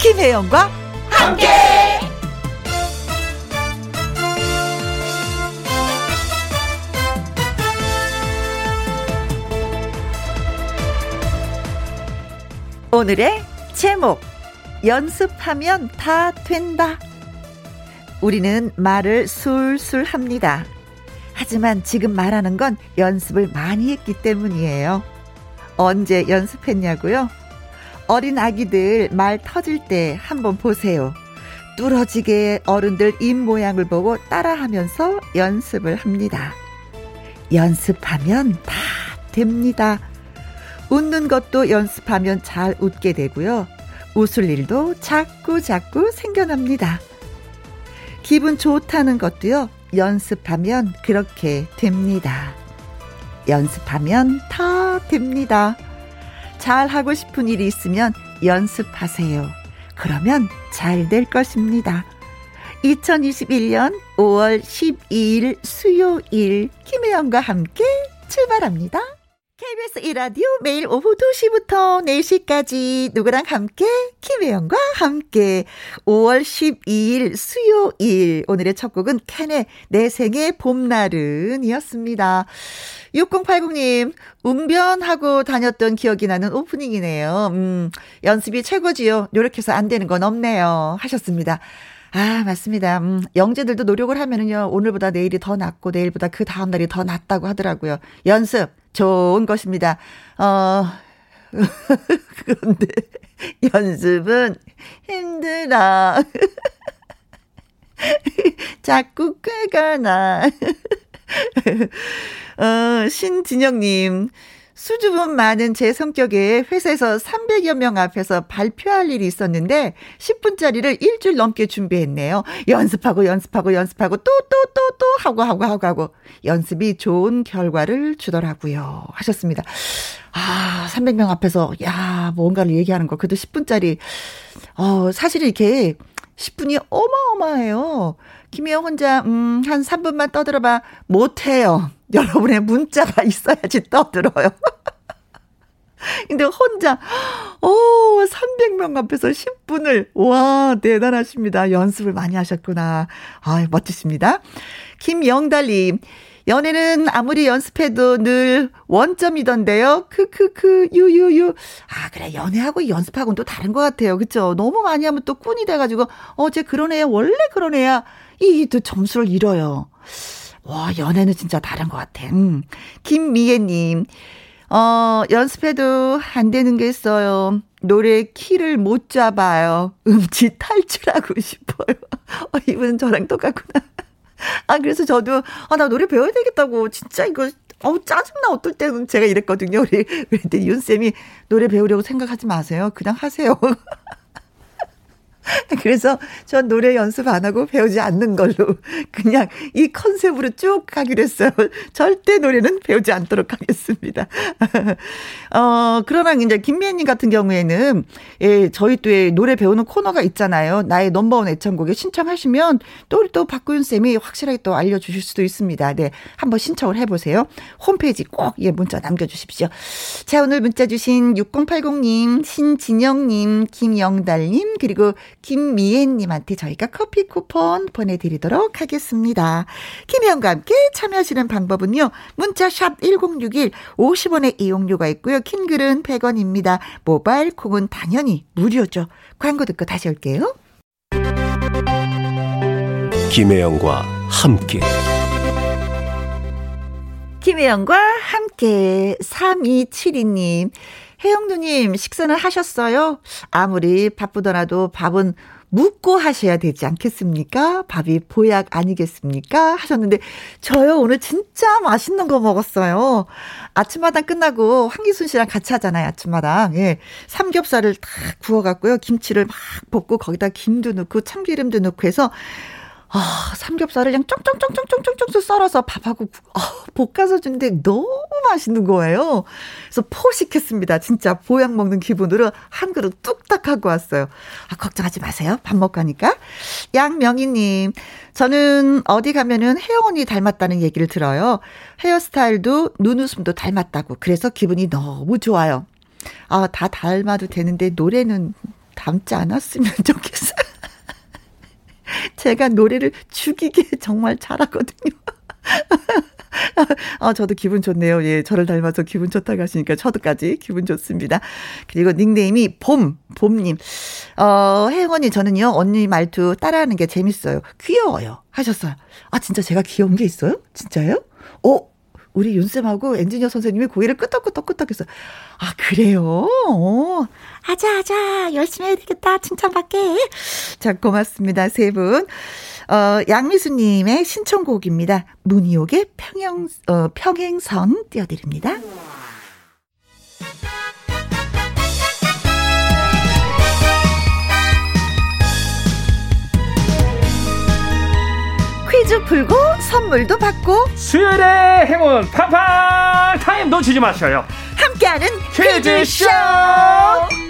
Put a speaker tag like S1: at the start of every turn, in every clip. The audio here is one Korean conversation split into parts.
S1: 김혜영과 함께. 오늘의 제목 연습하면 다 된다. 우리는 말을 술술 합니다. 하지만 지금 말하는 건 연습을 많이 했기 때문이에요. 언제 연습했냐고요? 어린 아기들 말 터질 때 한번 보세요. 뚫어지게 어른들 입 모양을 보고 따라하면서 연습을 합니다. 연습하면 다 됩니다. 웃는 것도 연습하면 잘 웃게 되고요. 웃을 일도 자꾸 자꾸 생겨납니다. 기분 좋다는 것도요. 연습하면 그렇게 됩니다. 연습하면 다 됩니다. 잘 하고 싶은 일이 있으면 연습하세요. 그러면 잘 될 것입니다. 2021년 5월 12일 수요일 김혜영과 함께 출발합니다. KBS 1라디오 매일 오후 2시부터 4시까지 누구랑 함께? 김혜영과 함께. 5월 12일 수요일. 오늘의 첫 곡은 캔의 내 생의 봄날은 이었습니다. 6080님, 운변하고 다녔던 기억이 나는 오프닝이네요. 음, 연습이 최고지요. 노력해서 안 되는 건 없네요. 하셨습니다. 아, 맞습니다. 음, 영재들도 노력을 하면은요, 오늘보다 내일이 더 낫고, 내일보다 그 다음날이 더 낫다고 하더라고요. 연습, 좋은 것입니다. 어, 그런데, 연습은 힘들어. 자꾸 꾀가 나. 어, 신진영님. 수줍음 많은 제 성격에 회사에서 300여 명 앞에서 발표할 일이 있었는데 10분짜리를 일주일 넘게 준비했네요. 연습하고 연습하고 연습하고 또 또 또 또 하고 하고 하고 하고 연습이 좋은 결과를 주더라고요. 하셨습니다. 아, 300명 앞에서 야, 뭔가를 얘기하는 거 그래도 10분짜리 어, 사실 이렇게 10분이 어마어마해요. 김혜영 혼자, 음, 한 3분만 떠들어봐. 못해요. 여러분의 문자가 있어야지 떠들어요. 근데 혼자, 오, 300명 앞에서 10분을, 와, 대단하십니다. 연습을 많이 하셨구나. 아 멋지십니다. 김영달님, 연애는 아무리 연습해도 늘 원점이던데요. 크크크, 유유유. 아, 그래, 연애하고 연습하고는 또 다른 것 같아요. 그쵸? 너무 많이 하면 또 꾼이 돼가지고, 어, 쟤 그런 애야, 원래 그런 애야. 이, 또 점수를 잃어요. 와, 연애는 진짜 다른 것 같아. 음. 김미애님, 어, 연습해도 안 되는 게 있어요. 노래 키를 못 잡아요. 음치 탈출하고 싶어요. 어, 이분은 저랑 똑같구나. 아, 그래서 저도, 아, 나 노래 배워야 되겠다고. 진짜 이거, 어우, 짜증나. 어떨 때는 제가 이랬거든요. 우리, 그런데 윤쌤이 노래 배우려고 생각하지 마세요. 그냥 하세요. 그래서 전 노래 연습 안 하고 배우지 않는 걸로 그냥 이 컨셉으로 쭉 가기로 했어요. 절대 노래는 배우지 않도록 하겠습니다. 어, 그러나 이제 김미애님 같은 경우에는 예, 저희 또에 노래 배우는 코너가 있잖아요. 나의 넘버원 애창곡에 신청하시면 또 우리 또 박구윤 쌤이 확실하게 또 알려주실 수도 있습니다. 네, 한번 신청을 해보세요. 홈페이지 꼭 예, 문자 남겨주십시오. 자, 오늘 문자 주신 6080님, 신진영님, 김영달님, 그리고 김미애님한테 저희가 커피 쿠폰 보내드리도록 하겠습니다. 김혜영과 함께 참여하시는 방법은요. 문자샵 1061, 50원의 이용료가 있고요. 킹글은 100원입니다. 모바일 콩은 당연히 무료죠. 광고 듣고 다시 올게요.
S2: 김혜영과 함께
S1: 김혜영과 함께 3272님. 혜영 누님, 식사는 하셨어요? 아무리 바쁘더라도 밥은 묵고 하셔야 되지 않겠습니까? 밥이 보약 아니겠습니까? 하셨는데, 저요, 오늘 진짜 맛있는 거 먹었어요. 아침마당 끝나고 황기순 씨랑 같이 하잖아요, 아침마당. 예. 삼겹살을 다 구워갖고요. 김치를 막 볶고 거기다 김도 넣고 참기름도 넣고 해서 아, 삼겹살을 그냥 쫑쫑쫑쫑쫑쫑쫑 썰어서 밥하고 구- 아, 볶아서 주는데 너무 맛있는 거예요. 그래서 포식했습니다. 진짜 보약 먹는 기분으로 한 그릇 뚝딱 하고 왔어요. 아, 걱정하지 마세요. 밥 먹고 하니까. 양명희님, 저는 어디 가면은 혜영 언니 닮았다는 얘기를 들어요. 헤어스타일도 눈웃음도 닮았다고. 그래서 기분이 너무 좋아요. 아, 다 닮아도 되는데 노래는 닮지 않았으면 좋겠어요. 제가 노래를 죽이게 정말 잘하거든요. 아, 저도 기분 좋네요. 예, 저를 닮아서 기분 좋다고 하시니까 저도까지 기분 좋습니다. 그리고 닉네임이 봄, 봄님. 어, 혜영 언니, 저는요, 언니 말투 따라하는 게 재밌어요. 귀여워요. 하셨어요. 아, 진짜 제가 귀여운 게 있어요? 진짜요? 어, 우리 윤쌤하고 엔지니어 선생님이 고개를 끄덕끄덕끄덕 했어요. 아, 그래요? 어. 아자, 아자. 열심히 해야 되겠다. 칭찬받게. 자, 고맙습니다. 세 분. 어, 양미수님의 신청곡입니다. 문희옥의 평행, 어, 평행선 띄워드립니다. 퀴즈 풀고 선물도 받고
S3: 수요일의 행운 팡팡 타임 놓치지 마셔요.
S1: 함께하는 퀴즈쇼!
S3: 퀴즈쇼.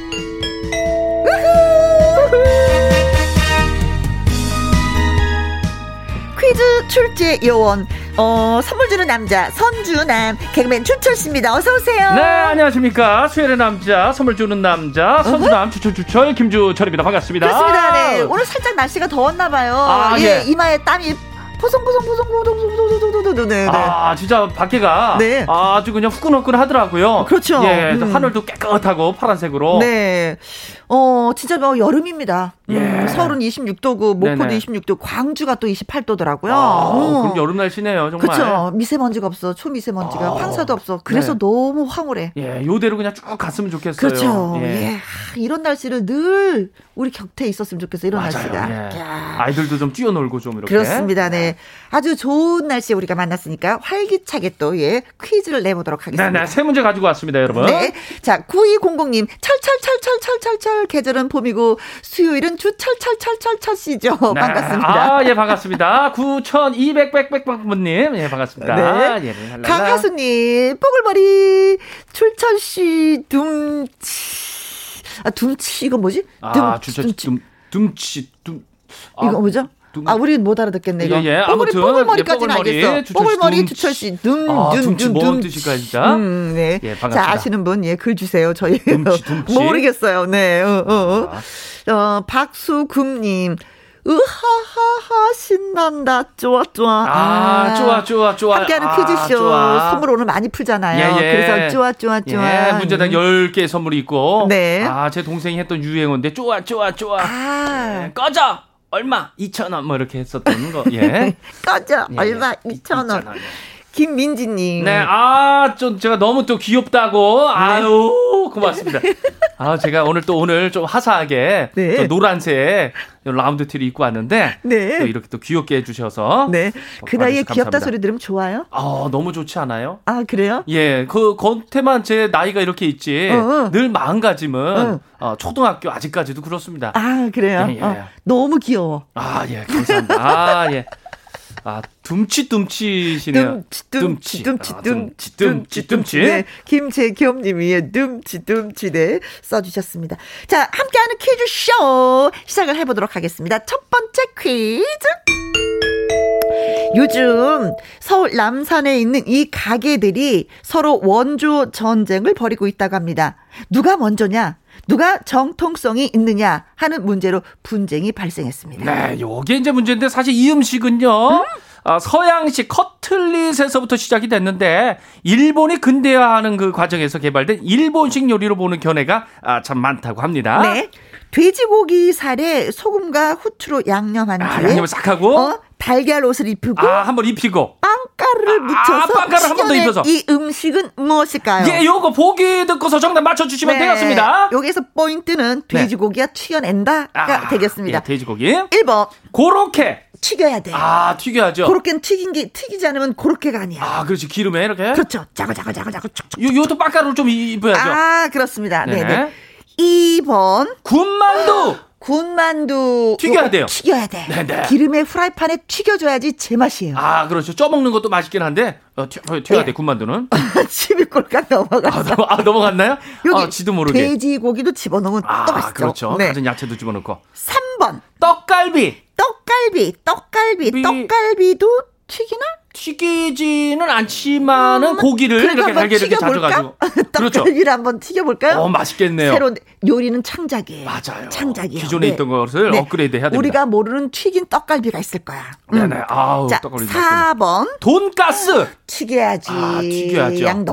S1: 퀴즈 출제 요원, 어, 선물 주는 남자, 선주남, 개그맨 춘철씨입니다. 어서오세요.
S3: 네 안녕하십니까 수요일의 남자 선물 주는 남자 선주남 추철추철 김주철입니다 반갑습니다.
S1: 그렇습니다. 네. 오늘 살짝 날씨가 더웠나봐요.
S3: 아,
S1: 예,
S3: 예.
S1: 이마에 땀이 포송포송포송포송포송포송포송포송포송. 네, 네.
S3: 아 진짜 밖에가
S1: 네.
S3: 아주 그냥 후끈후끈 하더라고요.
S1: 그렇죠.
S3: 예,
S1: 음.
S3: 하늘도 깨끗하고 파란색으로.
S1: 네. 어, 진짜 뭐 여름입니다. 음,
S3: 예.
S1: 서울은 26도고, 목포도
S3: 네네.
S1: 26도, 광주가 또 28도더라고요.
S3: 아, 그럼 여름 날씨네요 정말.
S1: 어. 그쵸. 그렇죠. 미세먼지가 없어. 초미세먼지가.
S3: 아.
S1: 황사도 없어. 그래서
S3: 네.
S1: 너무 황홀해.
S3: 예 요대로 그냥 쭉 갔으면 좋겠어요.
S1: 그렇죠. 예.
S3: 예.
S1: 하, 이런 날씨를 늘 우리 곁에 있었으면 좋겠어. 이런
S3: 맞아요.
S1: 날씨가.
S3: 예.
S1: 야.
S3: 아이들도 좀 뛰어놀고 좀 이렇게.
S1: 그렇습니다. 네. 아주 좋은 날씨에 우리가 만났으니까 활기차게 또, 예, 퀴즈를 내보도록 하겠습니다.
S3: 네네 세 문제 가지고 왔습니다 여러분.
S1: 네. 자, 9200님. 철철철철철철철. 계절은 봄이고 수요일은 주철철철철철 씨죠.
S3: 네.
S1: 반갑습니다.
S3: 아, 예, 반갑습니다. 9,200백백백분님. 예, 반갑습니다.
S1: 네.
S3: 예, 랄랄라.
S1: 강하수님, 뽀글머리, 출천 씨, 둠치. 아, 둠치, 이건 뭐지?
S3: 아, 주차 둠, 둠치, 둠. 아,
S1: 이거 뭐죠?
S3: 둠-
S1: 아, 우린 못 알아듣겠네, 이거.
S3: 예, 예,
S1: 뽀글이,
S3: 아무튼,
S1: 뽀글머리까지는
S3: 예, 뽀글머리,
S1: 알겠어.
S3: 주철 씨,
S1: 뽀글머리,
S3: 둠치.
S1: 주철 씨, 둠,
S3: 아,
S1: 둠,
S3: 둠치
S1: 둠,
S3: 뭔
S1: 둠.
S3: 뜻일까, 진짜?
S1: 음, 네.
S3: 예,
S1: 자,
S3: 반갑습니다.
S1: 아시는 분, 예, 글 주세요. 저희.
S3: 둠치, 둠치. 아.
S1: 모르겠어요, 네. 어, 어. 어, 박수금님. 으하하하, 신난다. 좋아, 좋아.
S3: 아, 좋아, 좋아, 좋아.
S1: 함께하는
S3: 아,
S1: 퀴즈쇼
S3: 좋아.
S1: 선물 오늘 많이 풀잖아요.
S3: 예, 예.
S1: 그래서 좋아 좋아 좋아.
S3: 예, 문제당 10개 선물이 있고.
S1: 네.
S3: 아, 제 동생이 했던 유행어인데, 쪼아, 쪼아, 쪼아.
S1: 아,
S3: 꺼져! 얼마? 2,000원. 뭐 이렇게 했었던 거. 예.
S1: 꺼져
S3: 예,
S1: 얼마
S3: 예.
S1: 2천 원.
S3: 2,000원, 예.
S1: 김민지님.
S3: 네, 아, 좀 제가 너무 또
S1: 네.
S3: 귀엽다고. 아유, 고맙습니다. 아, 제가 오늘 또 오늘 좀 화사하게
S1: 네.
S3: 또 노란색 라운드 티를 입고 왔는데
S1: 네.
S3: 또 이렇게 또 귀엽게 해주셔서
S1: 네. 그
S3: 어,
S1: 나이에
S3: 알겠습니다.
S1: 귀엽다
S3: 감사합니다.
S1: 소리 들으면 좋아요?
S3: 아, 너무 좋지 않아요?
S1: 아 그래요?
S3: 예, 그 겉에만 제 나이가 이렇게 있지
S1: 어, 어.
S3: 늘 마음가짐은
S1: 어.
S3: 어, 초등학교 아직까지도 그렇습니다.
S1: 아 그래요.
S3: 예, 예,
S1: 어,
S3: 예.
S1: 너무 귀여워.
S3: 아, 예, 감사합니다. 아, 예. 아, 둠치둠치시네요.
S1: 둠치 둠치 둠치
S3: 아,
S1: 둠치
S3: 둠치, 둠치.
S1: 네, 김재겸님이 예, 둠치 둠치 네 써주셨습니다. 자 함께하는 퀴즈 쇼 시작을 해보도록 하겠습니다. 첫 번째 퀴즈. 요즘 서울 남산에 있는 이 가게들이 서로 원조 전쟁을 벌이고 있다고 합니다. 누가 먼저냐? 누가 정통성이 있느냐 하는 문제로 분쟁이 발생했습니다.
S3: 네, 요게 이제 문제인데 사실 이 음식은요. 아, 서양식 커틀릿에서부터 시작이 됐는데 일본이 근대화하는 그 과정에서 개발된 일본식 요리로 보는 견해가 아, 참 많다고 합니다.
S1: 네. 돼지고기 살에 소금과 후추로 양념한
S3: 아,
S1: 뒤에
S3: 양념을 싹 하고
S1: 어, 달걀 옷을 입히고
S3: 아, 한번 입히고
S1: 빵가루를 묻혀서
S3: 빵가루를 한번더
S1: 식혀낸
S3: 입혀서.
S1: 이 음식은 무엇일까요? 네.
S3: 예, 요거 보기 듣고서 정답 맞춰 주시면 되겠습니다. 네.
S1: 여기서 포인트는 돼지고기가 튀겨낸다가
S3: 아,
S1: 되겠습니다.
S3: 예, 돼지고기.
S1: 1번
S3: 고렇게.
S1: 튀겨야 돼.
S3: 아, 튀겨야죠.
S1: 고로케는 튀긴 게 튀기지 않으면 고로케가 아니야.
S3: 아, 그렇지. 기름에 이렇게.
S1: 그렇죠. 짜고짜고짜고짜고 촉촉.
S3: 요 요것도 빵가루를 좀 입혀야죠.
S1: 아 그렇습니다.
S3: 네.
S1: 네네. 2번
S3: 군만두.
S1: 군만두
S3: 튀겨야
S1: 요거
S3: 돼요.
S1: 튀겨야 돼.
S3: 네네.
S1: 기름에 후라이팬에 튀겨줘야지 제맛이에요.
S3: 아, 그렇죠. 쪄 먹는 것도 맛있긴 한데 어, 튀, 어, 튀어야
S1: 예.
S3: 돼. 군만두는.
S1: 치비꼴깍
S3: 아,
S1: 넘어갔어.
S3: 넘- 아, 넘어갔나요?
S1: 여기
S3: 아, 지도 모르게.
S1: 돼지고기도 집어넣으면 또
S3: 아,
S1: 맛있죠.
S3: 그렇죠.
S1: 네.
S3: 다진 야채도 집어넣고.
S1: 3번
S3: 떡갈비.
S1: 떡갈비, 떡갈비,
S3: 비-
S1: 떡갈비도 튀기나?
S3: 튀기지는 않지만은
S1: 음,
S3: 고기를 이렇게 달걀 이렇게 다져가지고 그렇죠.
S1: 떡갈비를 한번 튀겨볼까요?
S3: 어 맛있겠네요.
S1: 새로운 요리는 창작이에요.
S3: 맞아요.
S1: 창작이에요. 네.
S3: 기존에 있던 것을 업그레이드 해야 됩니다.
S1: 우리가 모르는 튀긴 떡갈비가 있을 거야.
S3: 네네. 아우
S1: 음. 자,
S3: 떡갈비 맛있겠네.
S1: 4번
S3: 돈가스.
S1: 튀겨야지.
S3: 아, 튀겨야죠.
S1: 양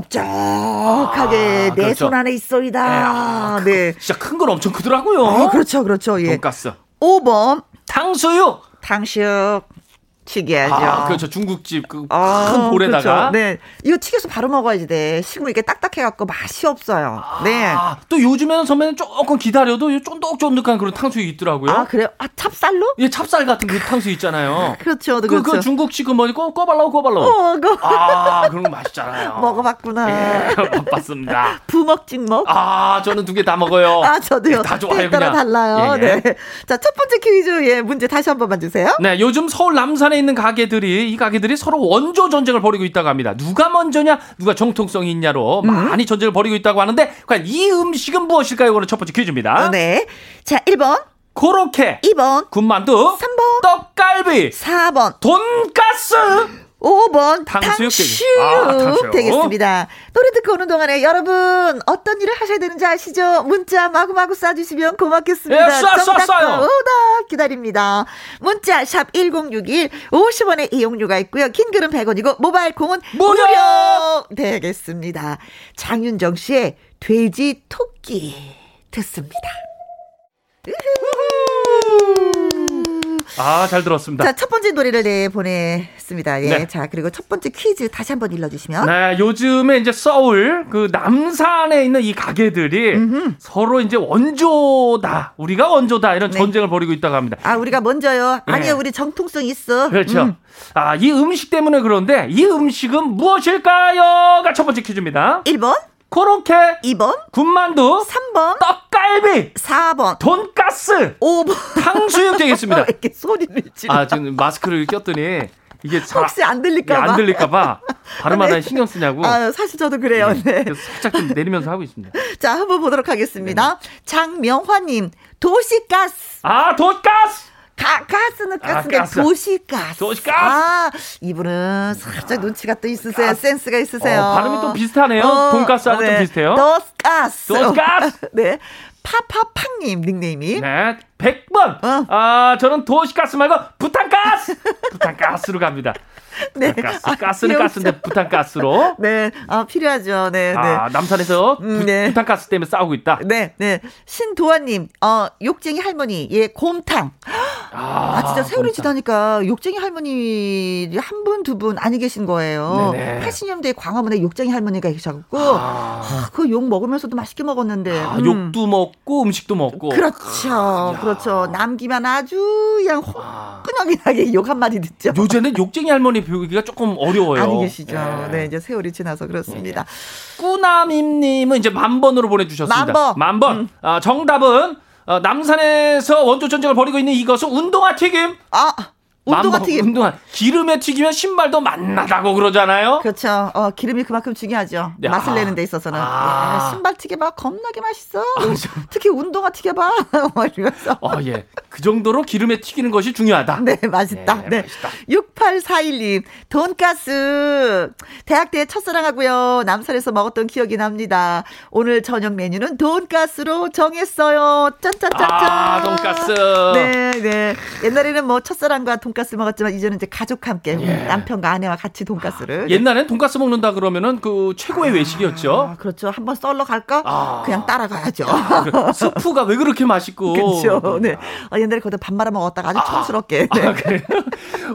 S1: 넓적하게 내
S3: 아, 그렇죠.
S1: 손 안에
S3: 아, 어?
S1: 있어이다.
S3: 크-
S1: 네.
S3: 진짜 큰 건 엄청 크더라고요.
S1: 아, 그렇죠, 그렇죠. 예.
S3: 돈가스.
S1: 5번
S3: 탕수육.
S1: 탕수육 튀겨야죠.
S3: 아, 그렇죠. 중국집 그큰
S1: 아,
S3: 볼에다가.
S1: 그렇죠. 네. 이거 튀겨서 바로 먹어야지 돼. 식물 이게 딱딱해갖고 맛이 없어요. 네. 아,
S3: 아, 또 요즘에는 선배는 조금 기다려도 이 쫀득쫀득한 그런 탕수육이 있더라고요.
S1: 그래요? 아, 찹쌀로?
S3: 예, 찹쌀 같은 그 탕수육 있잖아요.
S1: 그렇죠,
S3: 그,
S1: 그렇죠.
S3: 그 중국식 그 뭐지? 꼬, 꼬발라오, 꼬발라오.
S1: 어, 그거
S3: 아, 그런 거 맛있잖아요.
S1: 먹어봤구나.
S3: 예, 바빴습니다.
S1: 부먹 찍먹.
S3: 아, 저는 두 개 다 먹어요. 예,
S1: 아, 저도요.
S3: 다 좋아요,
S1: 때에 따라
S3: 그냥.
S1: 달라요.
S3: 예.
S1: 네. 자, 첫 번째 퀴즈, 예, 문제 다시 한 번만 주세요.
S3: 네, 요즘 서울 남산에 있는 가게들이 이 가게들이 서로 원조 전쟁을 벌이고 있다고 합니다. 누가 먼저냐, 누가 정통성이 있냐로
S1: 음.
S3: 많이 전쟁을 벌이고 있다고 하는데 과연 이 음식은 무엇일까요? 이거는 첫 번째 퀴즈입니다.
S1: 네. 자, 1번,
S3: 고로케,
S1: 2번,
S3: 군만두,
S1: 삼 번.
S3: 떡갈비,
S1: 4번,
S3: 돈가스.
S1: 5번
S3: 탕수육
S1: 탕수육,
S3: 되겠- 아, 탕수육.
S1: 되겠습니다. 노래 듣고 오는 동안에 여러분 어떤 일을 하셔야 되는지 아시죠? 문자 마구마구 쏴주시면 고맙겠습니다.
S3: 예, 쏴, 쏴, 쏴요.
S1: 오답 기다립니다. 문자 샵 1061, 50원의 이용료가 있고요. 긴 글은 100원이고 모바일 공은 무료!
S3: 무료!
S1: 되겠습니다. 장윤정 씨의 돼지 토끼 듣습니다. 우후.
S3: 아, 잘 들었습니다.
S1: 자, 첫 번째 노래를 네, 보냈습니다. 예.
S3: 네.
S1: 자, 그리고 첫 번째 퀴즈 다시 한번 읽어주시면.
S3: 네, 요즘에 이제 서울 그 남산에 있는 이 가게들이 서로 이제 원조다, 우리가 원조다 이런
S1: 네.
S3: 전쟁을 벌이고 있다고 합니다.
S1: 아, 우리가 먼저요.
S3: 네.
S1: 아니요, 우리 정통성 있어.
S3: 그렇죠.
S1: 음.
S3: 아, 이 음식 때문에 그런데 이 음식은 무엇일까요?가 첫 번째 퀴즈입니다.
S1: 1번,
S3: 코로케,
S1: 2번,
S3: 군만두,
S1: 3번,
S3: 떡갈비,
S1: 4번,
S3: 돈가스,
S1: 5번.
S3: 탕수육 되겠습니다.
S1: 왜 이렇게 소리를 지르
S3: 아, 지금 마스크를 꼈더니 이게 잘
S1: 혹시 안
S3: 이게
S1: 들릴까봐.
S3: 예,
S1: 네.
S3: 안 들릴까봐 발음하다 신경 쓰냐고.
S1: 아, 사실 저도 그래요. 네.
S3: 예, 그래서 살짝 좀 내리면서 하고 있습니다.
S1: 자, 한번 보도록 하겠습니다.
S3: 네.
S1: 장명화님, 도시가스.
S3: 아, 돈가스!
S1: 가, 가스는
S3: 아,
S1: 가스인데
S3: 가스.
S1: 도시가스.
S3: 도시가스.
S1: 아, 이분은 살짝 눈치가 또 있으세요.
S3: 가스.
S1: 센스가 있으세요.
S3: 어, 발음이 또 비슷하네요. 돈가스하고 좀 비슷해요.
S1: 도스가스.
S3: 도스가스.
S1: 네. 파파팡님 닉네임이.
S3: 네, 100번!
S1: 예? 어.
S3: 아, 저는 도시가스 말고 부탄가스! 부탄가스로 갑니다.
S1: 네.
S3: 가스,
S1: 아,
S3: 가스는
S1: 귀여우셔.
S3: 가스인데 부탄가스로.
S1: 네. 아, 필요하죠. 네,
S3: 아,
S1: 네.
S3: 남산에서 부,
S1: 음, 네.
S3: 탄가스 때문에 싸우고 있다.
S1: 네, 네. 신도아님, 어, 욕쟁이 할머니, 예, 곰탕.
S3: 아,
S1: 아, 진짜 세월이
S3: 그렇다.
S1: 지나니까 욕쟁이 할머니 한 분, 두 분 아니 계신 거예요.
S3: 네네.
S1: 80년대 광화문에 욕쟁이 할머니가 계셨고,
S3: 아,
S1: 그 욕 먹으면서도 맛있게 먹었는데.
S3: 아,
S1: 음.
S3: 욕도 먹고 음식도 먹고.
S1: 그렇죠. 그렇죠. 남기만 아주 그냥
S3: 아,
S1: 끈적이하게 욕 한마디 듣죠.
S3: 요새는 욕쟁이 할머니 배우기가 조금 어려워요. 네.
S1: 아니 계시죠.
S3: 예.
S1: 네, 이제 세월이 지나서 그렇습니다.
S3: 꾸나미님은 이제 만 번으로 보내주셨습니다.
S1: 만 번. 음.
S3: 만 번. 아, 정답은 어, 남산에서 원조 전쟁을 벌이고 있는 이것은 운동화 튀김.
S1: 아,
S3: 만
S1: 운동화
S3: 번,
S1: 튀김.
S3: 운동화. 기름에 튀기면 신발도 맛나다고 그러잖아요.
S1: 그렇죠. 어, 기름이 그만큼 중요하죠.
S3: 네,
S1: 맛을
S3: 아.
S1: 내는 데 있어서는.
S3: 아.
S1: 야, 신발 튀겨봐. 겁나게 맛있어. 특히 운동화 튀겨봐. 막 이러면서.
S3: 어, 예. 그 정도로 기름에 튀기는 것이 중요하다.
S1: 네, 맛있다.
S3: 네,
S1: 네.
S3: 맛있다.
S1: 6841님, 돈가스. 대학 때 첫사랑하고요. 남산에서 먹었던 기억이 납니다. 오늘 저녁 메뉴는 돈가스로 정했어요. 짠짠짠짠.
S3: 아, 돈가스.
S1: 네, 네. 옛날에는 뭐 첫사랑과 돈가스 먹었지만 이제는 이제 가족과 함께
S3: 예.
S1: 남편과 아내와 같이 돈가스를.
S3: 옛날엔 돈가스 먹는다 그러면은 그 최고의 외식이었죠.
S1: 아, 그렇죠. 한번 썰러 갈까?
S3: 아.
S1: 그냥 따라가야죠.
S3: 그 스프가 왜 그렇게 맛있고.
S1: 그렇죠. 네. 어, 옛날에 거기다 밥 말아 먹었다가 아주 촌스럽게. 네.
S3: 아, 그래요?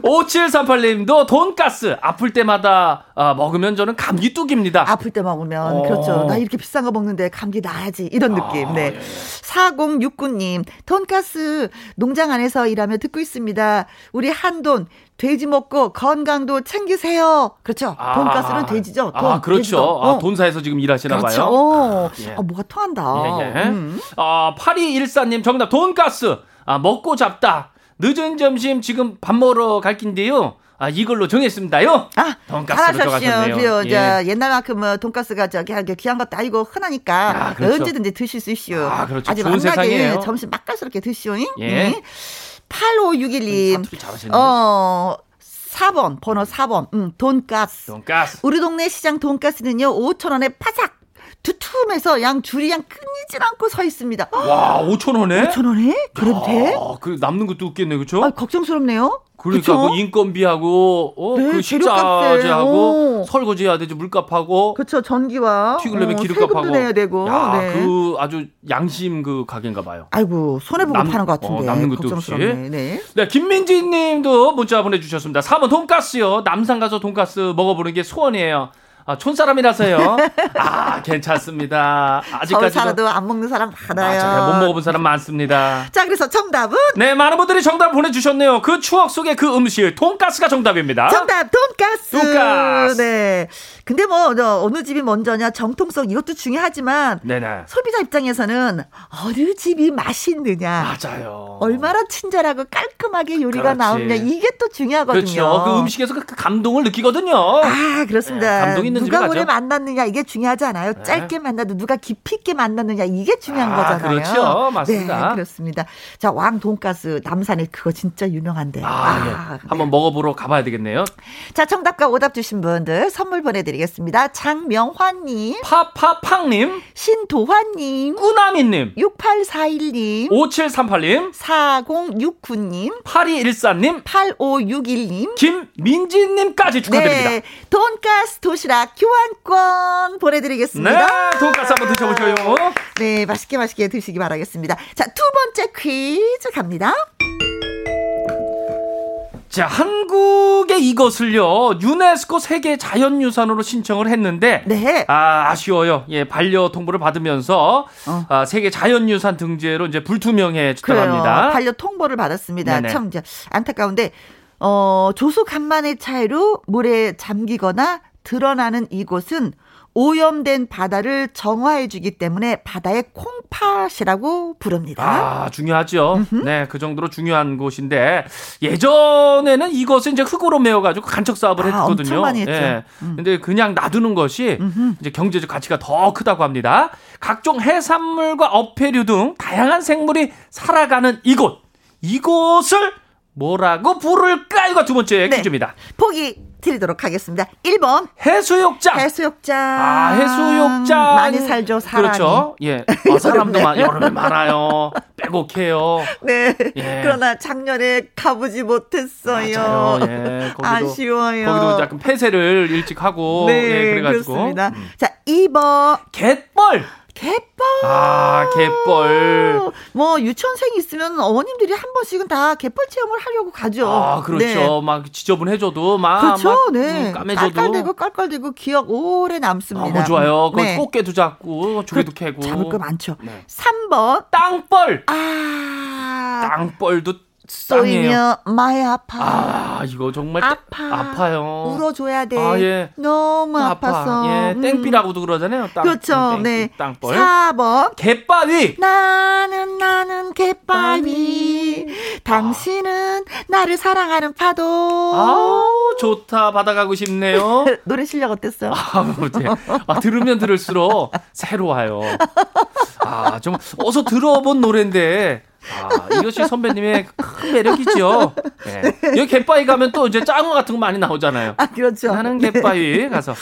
S3: 5738님도 돈가스 아플 때마다 아, 먹으면 저는 감기 뚝입니다.
S1: 아플 때 먹으면
S3: 어. 아,
S1: 그렇죠. 나 이렇게 비싼 거 먹는데 감기 나야지 이런 느낌. 네.
S3: 예.
S1: 4069님 돈가스 농장 안에서 일하며 듣고 있습니다. 우리 한돈 돼지 먹고 건강도 챙기세요. 그렇죠.
S3: 아.
S1: 돈가스는 돼지죠. 돈,
S3: 아, 그렇죠.
S1: 돼지돈.
S3: 아,
S1: 어.
S3: 돈사에서 지금 일하시나
S1: 그렇죠.
S3: 봐요.
S1: 어.
S3: 예.
S1: 아, 뭐가 통한다.
S3: 예, 예.
S1: 음.
S3: 아, 8214님 정답 돈가스. 아, 먹고 잡다. 늦은 점심 지금 밥 먹으러 갈 긴데요. 아, 이걸로 정했습니다요.
S1: 아,
S3: 돈가스로
S1: 잘하셨죠.
S3: 들어가셨네요.
S1: 그래요.
S3: 예.
S1: 자, 옛날만큼은 뭐 돈가스가 저기 한게 귀한 것도 아니고 흔하니까
S3: 아, 그렇죠.
S1: 언제든지 드실 수 있슈.
S3: 아, 그렇죠.
S1: 아주
S3: 좋은
S1: 만나게
S3: 세상이에요.
S1: 점심 음. 맛깔스럽게 드시오.
S3: 예.
S1: 예. 8561님.
S3: 사투리 잘하시는데.
S1: 어. 4번, 번호 4번. 음, 돈가스.
S3: 돈가스.
S1: 우리 동네 시장 돈가스는요, 5,000원에 파삭! 두툼해서 양 줄이 양 끊이질 않고 서 있습니다.
S3: 와, 5천 원에?
S1: 5,000원에? 그래도 돼?
S3: 아, 그 남는 것도 없겠네, 그렇죠?
S1: 아, 걱정스럽네요.
S3: 그러니까
S1: 그쵸?
S3: 그 인건비하고 어,
S1: 네,
S3: 그
S1: 재료값에,
S3: 식자재하고
S1: 어.
S3: 설거지 해야 되지 물값하고
S1: 그렇죠. 전기와
S3: 튀기려면
S1: 어,
S3: 기름값하고
S1: 세금도 내야 되고.
S3: 야,
S1: 네.
S3: 그 아주 양심 그 가게인가 봐요.
S1: 아이고 손해 보고
S3: 남-
S1: 파는 것 같은데.
S3: 어, 남는 것도
S1: 걱정스럽네. 네.
S3: 네, 김민지 님도 문자 보내 주셨습니다. 4번 돈가스요. 남산 가서 돈가스 먹어 보는 게 소원이에요. 아, 촌사람이라서요. 아, 괜찮습니다.
S1: 서울
S3: 아직까지도
S1: 살아도 안 먹는 사람 많아요.
S3: 맞아요. 못 먹어본 사람 많습니다.
S1: 자, 그래서 정답은
S3: 네, 많은 분들이 정답 보내주셨네요. 그 추억 속의 그 음식, 돈가스가 정답입니다.
S1: 정답 돈가스.
S3: 아! 돈가스.
S1: 네. 근데 뭐 저, 어느 집이 먼저냐 정통성 이것도 중요하지만
S3: 네네.
S1: 소비자 입장에서는 어느 집이 맛있느냐.
S3: 맞아요.
S1: 얼마나 친절하고 깔끔하게 요리가
S3: 그렇지.
S1: 나오냐 이게 또 중요하거든요.
S3: 그렇죠. 그 음식에서 그, 그 감동을 느끼거든요.
S1: 아 그렇습니다.
S3: 네, 감동 있는
S1: 누가
S3: 집에
S1: 오래
S3: 가죠. 예.
S1: 만났느냐 이게 중요하지 않아요. 짧게 만나도 누가 깊이 있게 만났느냐 이게 중요한
S3: 아,
S1: 거잖아요.
S3: 그렇죠. 맞습니다.
S1: 네, 그렇습니다. 자왕 돈가스 남산에 그거 진짜 유명한데.
S3: 아, 네. 한번 먹어보러 가봐야 되겠네요.
S1: 자 정답과 오답 주신 분들 선물 보내드리겠습니다. 장명환님,
S3: 파파팡님,
S1: 신도환님, 네.
S3: 꾸나미님,
S1: 6841님,
S3: 5738님,
S1: 4069님,
S3: 8214님,
S1: 8561님.
S3: 김민지님까지 축하드립니다.
S1: 네, 돈가스 도시락 교환권 보내드리겠습니다.
S3: 네, 돈가스 한번 드셔보셔요.
S1: 네, 맛있게 맛있게 드시기 바라겠습니다. 자, 두 번째 퀴즈 갑니다.
S3: 자, 한국의 이것을요, 유네스코 세계 자연유산으로 신청을 했는데,
S1: 네.
S3: 아, 아쉬워요. 예, 반려 통보를 받으면서
S1: 어.
S3: 아, 세계 자연유산 등재로 이제 불투명해졌다고
S1: 그래요.
S3: 합니다.
S1: 반려 통보를 받았습니다.
S3: 네네.
S1: 참 이제 안타까운데 어, 조수 간만의 차이로 물에 잠기거나 드러나는 이곳은 오염된 바다를 정화해 주기 때문에 바다의 콩팥이라고 부릅니다.
S3: 아, 중요하죠. 네, 그 정도로 중요한 곳인데 예전에는 이것을 이제 흙으로 메워 가지고 간척 사업을
S1: 아,
S3: 했거든요.
S1: 엄청 많이 했죠. 음.
S3: 예. 근데 그냥 놔두는 것이 이제 경제적 가치가 더 크다고 합니다. 각종 해산물과 어패류 등 다양한 생물이 살아가는 이곳. 이곳을 뭐라고 부를까? 이거 두 번째
S1: 네.
S3: 퀴즈입니다.
S1: 보기 드리도록 하겠습니다. 1번
S3: 해수욕장.
S1: 해수욕장.
S3: 아, 해수욕장.
S1: 많이 살죠, 사람이.
S3: 그렇죠. 예. 아, 사람도 많, 여름에 많아요. 빼곡해요.
S1: 네.
S3: 예.
S1: 그러나 작년에 가보지 못했어요.
S3: 맞아요. 예. 거기도,
S1: 아쉬워요.
S3: 거기도 약간 폐쇄를 일찍 하고.
S1: 네,
S3: 예, 그래가지고.
S1: 그렇습니다. 자, 2번
S3: 갯벌.
S1: 갯벌.
S3: 아, 갯벌.
S1: 뭐 유치원생이 있으면 어머님들이 한 번씩은 다 갯벌 체험을 하려고 가죠. 네.
S3: 아, 그렇죠. 막 지저분해줘도 막.
S1: 어, 그렇죠.
S3: 막,
S1: 네.
S3: 음, 까매줘도.
S1: 깔깔대고 깔깔대고 기억 오래 남습니다.
S3: 너무 좋아요. 그
S1: 네.
S3: 꽃게도 잡고, 조개도 캐고.
S1: 잡을 거 많죠.
S3: 네.
S1: 3번
S3: 땅벌.
S1: 아
S3: 땅벌도 땅이에요.
S1: 쏘이며 마이 아파.
S3: 아, 이거 정말
S1: 아파.
S3: 아파요.
S1: 울어줘야 돼.
S3: 아, 예.
S1: 너무
S3: 아파.
S1: 아파서.
S3: 예,
S1: 음.
S3: 땡비라고도 그러잖아요. 땅,
S1: 그렇죠.
S3: 땡,
S1: 네.
S3: 땅벌.
S1: 4번.
S3: 갯바위.
S1: 나는 나는 갯바위 당신은 나를 사랑하는 파도
S3: 아우 좋다. 바다 가고 싶네요.
S1: 노래 실력 어땠어요?
S3: 아우, 네. 아, 들으면 들을수록 새로워요. 아, 좀 어서 들어본 노래인데. 아, 이것이 선배님의 큰 매력이죠. 예. 여기 갯바위 가면 또 이제 짱어 같은 거 많이 나오잖아요.
S1: 네. 아 그렇죠. 네.
S3: 나는 갯바위 가서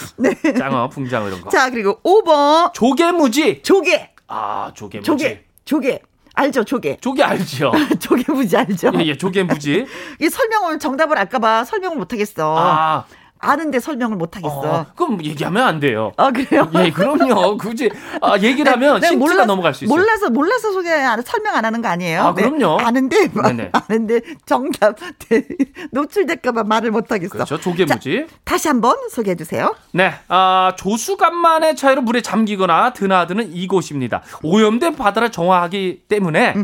S3: 짱어, 붕장어 이런 거.
S1: 자 그리고 5번
S3: 조개무지.
S1: 조개
S3: 아, 조개무지.
S1: 조개 조개 알죠 조개
S3: 조개 알지요?
S1: 조개 무지 알죠?
S3: 예, 예, 조개무지.
S1: 이 설명을 정답을 아까봐 설명을 못하겠어. 아.
S3: 아,
S1: 는데 설명을 못하겠어.
S3: 어, 그럼 얘기하면 안 돼요.
S1: 아 그래요?
S3: 예, 그럼요. 굳이 아, 얘기를 하면
S1: 네,
S3: 신기가
S1: 몰라서-
S3: 넘어갈 수 있어요.
S1: 몰라서 몰라서 소개 안 설명 안 하는 거 아니에요?
S3: 아, 그럼요.
S1: 네, 아는데 막
S3: 네네.
S1: 아는데 정답 네. 노출될까봐 말을 못하겠어.
S3: 그렇죠. 조개무지.
S1: 다시 한번 소개해 주세요.
S3: 네. 아, 조수간만의 차이로 물에 잠기거나 드나드는 이곳입니다. 오염된 바다를 정화하기 때문에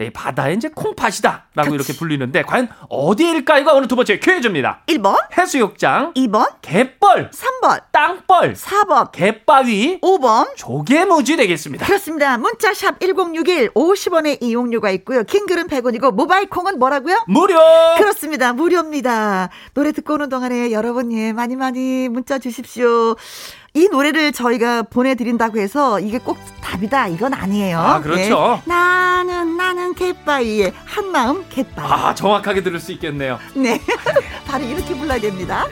S3: 이 바다에 이제 콩팥이다라고 이렇게 불리는데 과연 어디일까? 이가 오늘 두 번째 퀴즈입니다.
S1: 1번,
S3: 해수욕장, 2번,
S1: 2번,
S3: 갯벌,
S1: 3번,
S3: 땅벌,
S1: 4번,
S3: 갯바위,
S1: 5번.
S3: 조개무지 되겠습니다.
S1: 그렇습니다. 문자샵 1061 50원의 이용료가 있고요. 킹글은 100원이고 모바일 콩은 뭐라고요?
S3: 무료!
S1: 그렇습니다. 무료입니다. 노래 듣고 오는 동안에 여러분 예 많이 많이 문자 주십시오. 이 노래를 저희가 보내드린다고 해서 이게 꼭 답이다 이건 아니에요.
S3: 아, 그렇죠.
S1: 네. 나는 나는 갯바위에 한마음 갯바위.
S3: 아, 정확하게 들을 수 있겠네요.
S1: 네. 바로 이렇게 불러야 됩니다.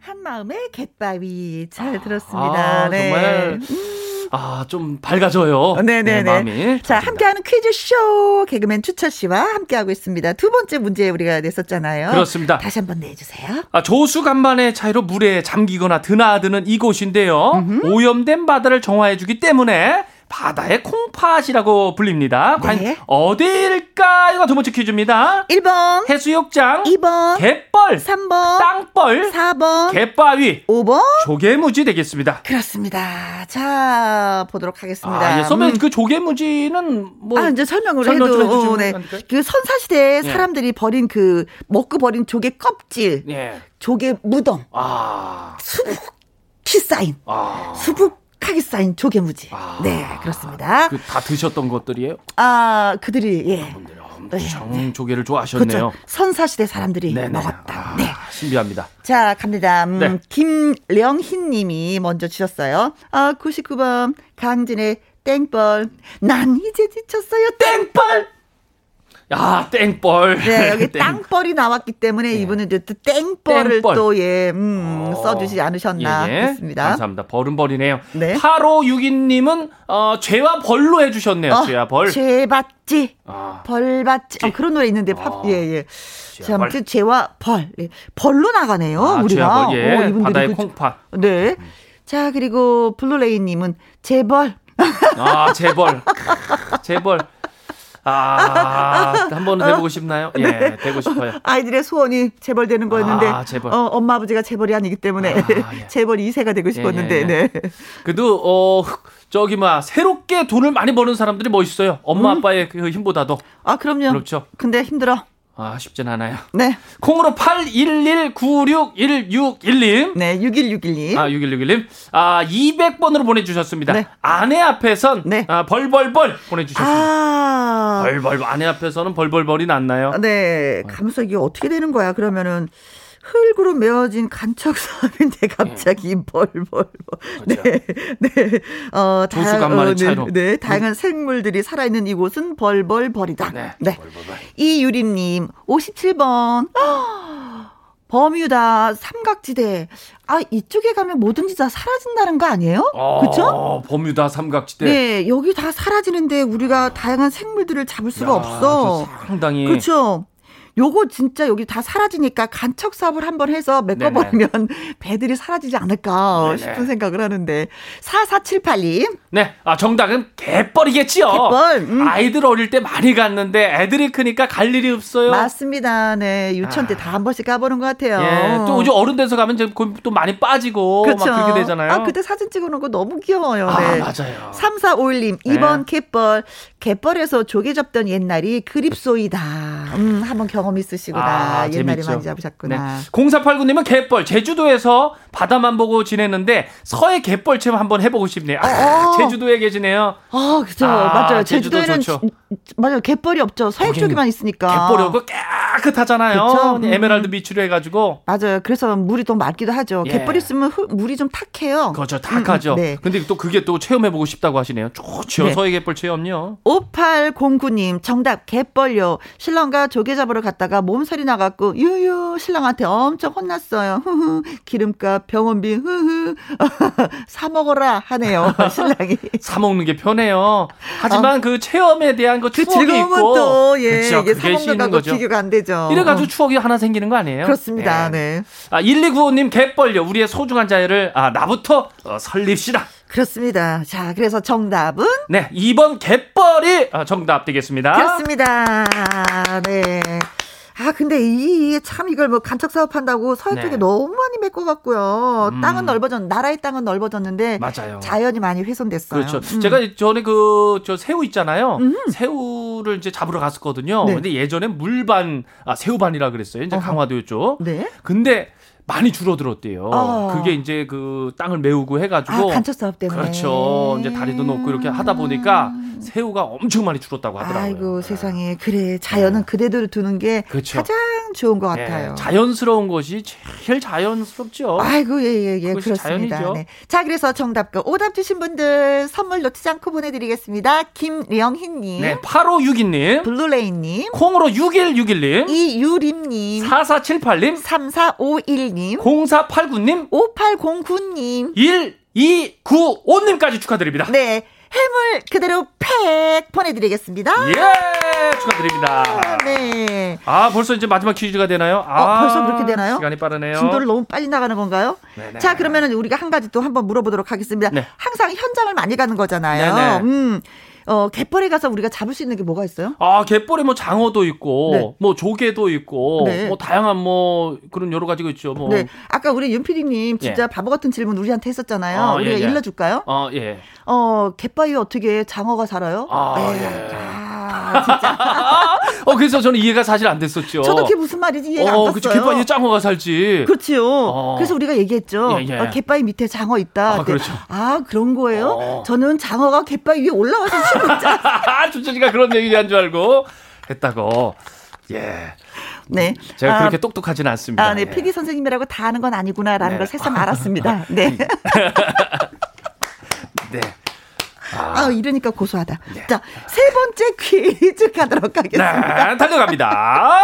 S1: 한마음의 갯바위 잘 들었습니다. 네.
S3: 아, 정말. 아, 좀 밝아져요.
S1: 어,
S3: 네,
S1: 네네네.
S3: 마음이.
S1: 자, 함께하는 퀴즈쇼 개그맨 추철 씨와 함께하고 있습니다. 두 번째 문제 우리가 냈었잖아요.
S3: 그렇습니다.
S1: 다시 한번 내주세요.
S3: 아, 조수 간만의 차이로 물에 잠기거나 드나드는 이곳인데요. 오염된 바다를 정화해주기 때문에 바다의 콩팥이라고 불립니다. 과연
S1: 네.
S3: 어디일까요가 두 번째 퀴즈입니다.
S1: 1번,
S3: 해수욕장,
S1: 2번,
S3: 갯벌,
S1: 3번,
S3: 땅벌,
S1: 4번,
S3: 갯바위,
S1: 5번.
S3: 조개무지 되겠습니다.
S1: 그렇습니다. 자, 보도록 하겠습니다.
S3: 아, 예,
S1: 음.
S3: 소면 그 조개무지는 뭐
S1: 아, 이제 설명을
S3: 설명 좀
S1: 해도
S3: 해주시면
S1: 어, 네.
S3: 안 될까요? 네.
S1: 그 선사시대에 사람들이 버린 그 먹고 버린 조개 껍질,
S3: 예.
S1: 조개 무덤,
S3: 아.
S1: 수북히 쌓인,
S3: 아.
S1: 수북하게 쌓인 조개 무지.
S3: 아.
S1: 네, 그렇습니다.
S3: 그 다 드셨던 것들이에요?
S1: 아, 그들이 예.
S3: 엄청
S1: 그렇죠.
S3: 조개를 좋아하셨네요.
S1: 선사시대 사람들이
S3: 네네.
S1: 먹었다.
S3: 아,
S1: 네.
S3: 신비합니다.
S1: 자, 갑니다. 음,
S3: 네.
S1: 김령희 님이 먼저 주셨어요. 아, 99번 강진의 땡벌. 난 이제 지쳤어요. 땡.
S3: 땡벌. 야, 땡벌.
S1: 네, 여기
S3: 땡- 네.
S1: 땅벌이 나왔기 때문에 이분은 이제 또 땡벌을
S3: 땡벌.
S1: 또 예, 음,
S3: 어.
S1: 써주지 않으셨나
S3: 예, 예.
S1: 싶습니다.
S3: 감사합니다. 벌은벌이네요.
S1: 네.
S3: 8562님은 어, 죄와 벌로 해주셨네요.
S1: 어,
S3: 죄와 벌.
S1: 죄 받지.
S3: 아,
S1: 벌 받지. 어, 그런 노래 있는데 팝.
S3: 어.
S1: 예, 예.
S3: 죄와
S1: 참,
S3: 벌.
S1: 그 죄와 벌. 예. 벌로 나가네요,
S3: 아,
S1: 우리가.
S3: 죄와 벌. 예.
S1: 어, 이분들이
S3: 바다의
S1: 그-
S3: 콩팥.
S1: 네.
S3: 음.
S1: 자, 그리고 블루레이님은 재벌.
S3: 아, 재벌. 크, 재벌. 아, 한 번은 해보고 싶나요?
S1: 네.
S3: 예, 되고 싶어요.
S1: 아이들의 소원이 재벌되는 거였는데
S3: 아, 재벌.
S1: 어, 엄마 아버지가 재벌이 아니기 때문에
S3: 아, 예.
S1: 재벌 2세가 되고 싶었는데
S3: 예, 예,
S1: 네.
S3: 그래도 어 저기 막 새롭게 돈을 많이 버는 사람들이 뭐 멋있어요. 엄마
S1: 음?
S3: 아빠의 그 힘보다도
S1: 아, 그럼요.
S3: 그렇죠.
S1: 근데 힘들어.
S3: 아 쉽진 않아요.
S1: 네.
S3: 콩으로 81196161님.
S1: 네, 6161님.
S3: 아, 6161님. 아, 200번으로 보내주셨습니다.
S1: 네.
S3: 아내 앞에선
S1: 네.
S3: 아, 벌벌벌 보내주셨습니다.
S1: 아.
S3: 벌벌, 아내 앞에서는 벌벌벌이 낫나요?
S1: 네. 감서 이게 어떻게 되는 거야? 그러면은 흙으로 메어진
S3: 음.
S1: 간척사업인데 갑자기 벌벌벌. 네. 네. 어,
S3: 그렇죠. 조수
S1: 다양-
S3: 간만의
S1: 어, 네.
S3: 차이로.
S1: 네. 다양한 생물들이 살아 있는 이곳은 벌벌벌이다.
S3: 네.
S1: 네. 이유리 님 57번. 아, 범유다 삼각지대. 아, 이쪽에 가면 뭐든지 다 사라진다는 거 아니에요?
S3: 어,
S1: 그렇죠?
S3: 버뮤다 삼각지대.
S1: 네, 여기 다 사라지는데 우리가 다양한 생물들을 잡을 수가
S3: 야,
S1: 없어.
S3: 아, 저 상당히.
S1: 그렇죠. 요거 진짜 여기 다 사라지니까 간척 사업을 한번 해서 메꿔버리면 배들이 사라지지 않을까
S3: 네네.
S1: 싶은 생각을 하는데 4478님
S3: 네, 아, 정답은 갯벌이겠지요.
S1: 갯벌, 음.
S3: 어. 아이들 어릴 때 많이 갔는데 애들이 크니까 갈 일이 없어요.
S1: 맞습니다. 네 유치원 때 다 한 번씩 가보는 것 같아요.
S3: 아. 예, 또 요즘 어른 돼서 가면 이제 거의 또 많이 빠지고
S1: 그렇죠.
S3: 막 그렇게 되잖아요.
S1: 아 그때 사진 찍어놓은 거 너무 귀여워요.
S3: 아,
S1: 네.
S3: 맞아요.
S1: 3451님,
S3: 네.
S1: 2번 갯벌. 갯벌에서 조개 잡던 옛날이 그립소이다. 음, 한번 경험 있으시구나.
S3: 아,
S1: 옛날에
S3: 재밌죠. 네.
S1: 많이 잡으셨구나.
S3: 0489님은 갯벌 제주도에서 바다만 보고 지냈는데 서해 갯벌 체험 한번 해보고 싶네요. 아,
S1: 어.
S3: 제주도에 계시네요.
S1: 아, 그죠.
S3: 아,
S1: 맞아요.
S3: 제주도
S1: 제주도에는
S3: 좋죠.
S1: 지- 맞아요. 갯벌이 없죠. 서해
S3: 거기는
S1: 쪽에만 있으니까.
S3: 갯벌이 없고 깨끗하잖아요.
S1: 아. 그쵸? 음.
S3: 에메랄드 비추로 해가지고
S1: 맞아요. 그래서 물이 더 맑기도 하죠.
S3: 예.
S1: 갯벌 있으면 흙- 물이 좀 탁해요.
S3: 그렇죠 탁하죠.
S1: 음, 네.
S3: 근데 또 그게 또 체험해보고 싶다고 하시네요. 좋죠
S1: 네.
S3: 서해 갯벌 체험요.
S1: 5809님, 정답, 갯벌요. 신랑과 조개 잡으러 갔다가 몸살이 나갖고, 유유, 신랑한테 엄청 혼났어요. 후후, 기름값, 병원비, 후후, 사먹어라 하네요, 신랑이.
S3: 사 먹는 게 편해요. 하지만 그 체험에 대한 그
S1: 아. 그
S3: 추억이
S1: 즐거움은
S3: 있고
S1: 또, 예,
S3: 그쵸,
S1: 이게
S3: 그게
S1: 사먹는
S3: 쉬는
S1: 거하고
S3: 거죠.
S1: 비교가 안 되죠.
S3: 이래가지고
S1: 어,
S3: 추억이 하나 생기는 거 아니에요?
S1: 그렇습니다,
S3: 예.
S1: 네.
S3: 아, 1295님 갯벌요. 우리의 소중한 자유를 아, 나부터 어, 설립시다.
S1: 그렇습니다. 자, 그래서 정답은?
S3: 네, 어, 2번 갯벌이 아, 정답 되겠습니다.
S1: 그렇습니다. 네. 아, 근데 이, 이- 참 이걸 뭐 간척 사업한다고 서쪽에
S3: 네.
S1: 너무 많이 메꿔갔고요.
S3: 음.
S1: 땅은 넓어졌, 나라의 땅은 넓어졌는데
S3: 맞아요.
S1: 자연이 많이 훼손됐어요.
S3: 그렇죠.
S1: 음.
S3: 제가 전에 그, 저 새우 있잖아요. 새우를 이제 잡으러 갔었거든요.
S1: 네.
S3: 근데 예전에 물반, 아, 새우반이라 그랬어요. 이제
S1: 어허.
S3: 강화도 쪽.
S1: 네.
S3: 근데 많이 줄어들었대요.
S1: 아.
S3: 그게 이제 그 땅을 메우고
S1: 아,
S3: 해가지고.
S1: 간척 사업 때문에.
S3: 그렇죠. 이제 다리도 높고 이렇게 하다 보니까 새우가 엄청 많이 줄었다고 하더라고요. 네.
S1: 아이고 세상에 그래 자연은 그대로 두는 게
S3: 그렇죠.
S1: 가장 좋은 것
S3: 예,
S1: 같아요.
S3: 자연스러운 것이 제일 자연스럽죠.
S1: 아이고 예예예
S3: 그것이
S1: 그렇습니다.
S3: 자연이죠.
S1: 네. 자 그래서 정답과 오답 주신 분들 선물 놓치지 않고 보내드리겠습니다. 김령희님,
S3: 네, 8562님,
S1: 블루레이님,
S3: 콩으로 6161님,
S1: 이유림님,
S3: 4478님,
S1: 3451님,
S3: 0489님,
S1: 5809님.
S3: 1295님까지 축하드립니다.
S1: 네 해물 그대로 팩 보내드리겠습니다.
S3: 예! 축하드립니다.
S1: 네. 어,
S3: 아, 벌써 이제 마지막 퀴즈가 되나요? 아,
S1: 벌써 그렇게 되나요?
S3: 시간이 빠르네요.
S1: 진도를 너무 빨리 나가는 건가요?
S3: 네네.
S1: 자, 그러면은 우리가 한 가지 또 한번 물어보도록 하겠습니다.
S3: 네.
S1: 항상 현장을 많이 가는 거잖아요.
S3: 네네.
S1: 음. 어, 갯벌에 가서 우리가 잡을 수 있는 게 뭐가 있어요?
S3: 아, 갯벌에 뭐 장어도 있고,
S1: 네.
S3: 뭐 조개도 있고,
S1: 네.
S3: 뭐 다양한 뭐 그런 여러 가지가 있죠. 뭐.
S1: 네. 아까 우리 윤피디님 진짜
S3: 예.
S1: 바보 같은 질문 우리한테 했었잖아요.
S3: 아,
S1: 우리가
S3: 예, 예.
S1: 일러줄까요?
S3: 어, 예.
S1: 어, 갯바위 어떻게 장어가 살아요?
S3: 아,
S1: 에이,
S3: 예.
S1: 아, 진짜.
S3: 어, 그래서 저는 이해가 사실 안 됐었죠.
S1: 저도 그게 무슨 말인지 이해가
S3: 어,
S1: 안
S3: 그치.
S1: 갔어요. 그렇죠.
S3: 갯바위에 짱어가 살지.
S1: 그렇지요.
S3: 어.
S1: 그래서 우리가 얘기했죠.
S3: 예, 예.
S1: 어, 갯바위 밑에 장어 있다.
S3: 아,
S1: 근데
S3: 그렇죠.
S1: 아, 그런 거예요?
S3: 어.
S1: 저는 장어가 갯바위 위에 올라와서 숨을 자.
S3: 주철이가 그런 얘기한 줄 알고 했다고. 예.
S1: 네.
S3: 제가
S1: 아,
S3: 그렇게 똑똑하진 않습니다.
S1: 아, 네.
S3: 예.
S1: PD 선생님이라고 다 아는 건 아니구나라는
S3: 네.
S1: 걸 새삼 알았습니다. 네.
S3: 네.
S1: 아, 이러니까 고소하다.
S3: 네.
S1: 자, 세 번째 퀴즈 가도록 하겠습니다.
S3: 네, 달려갑니다.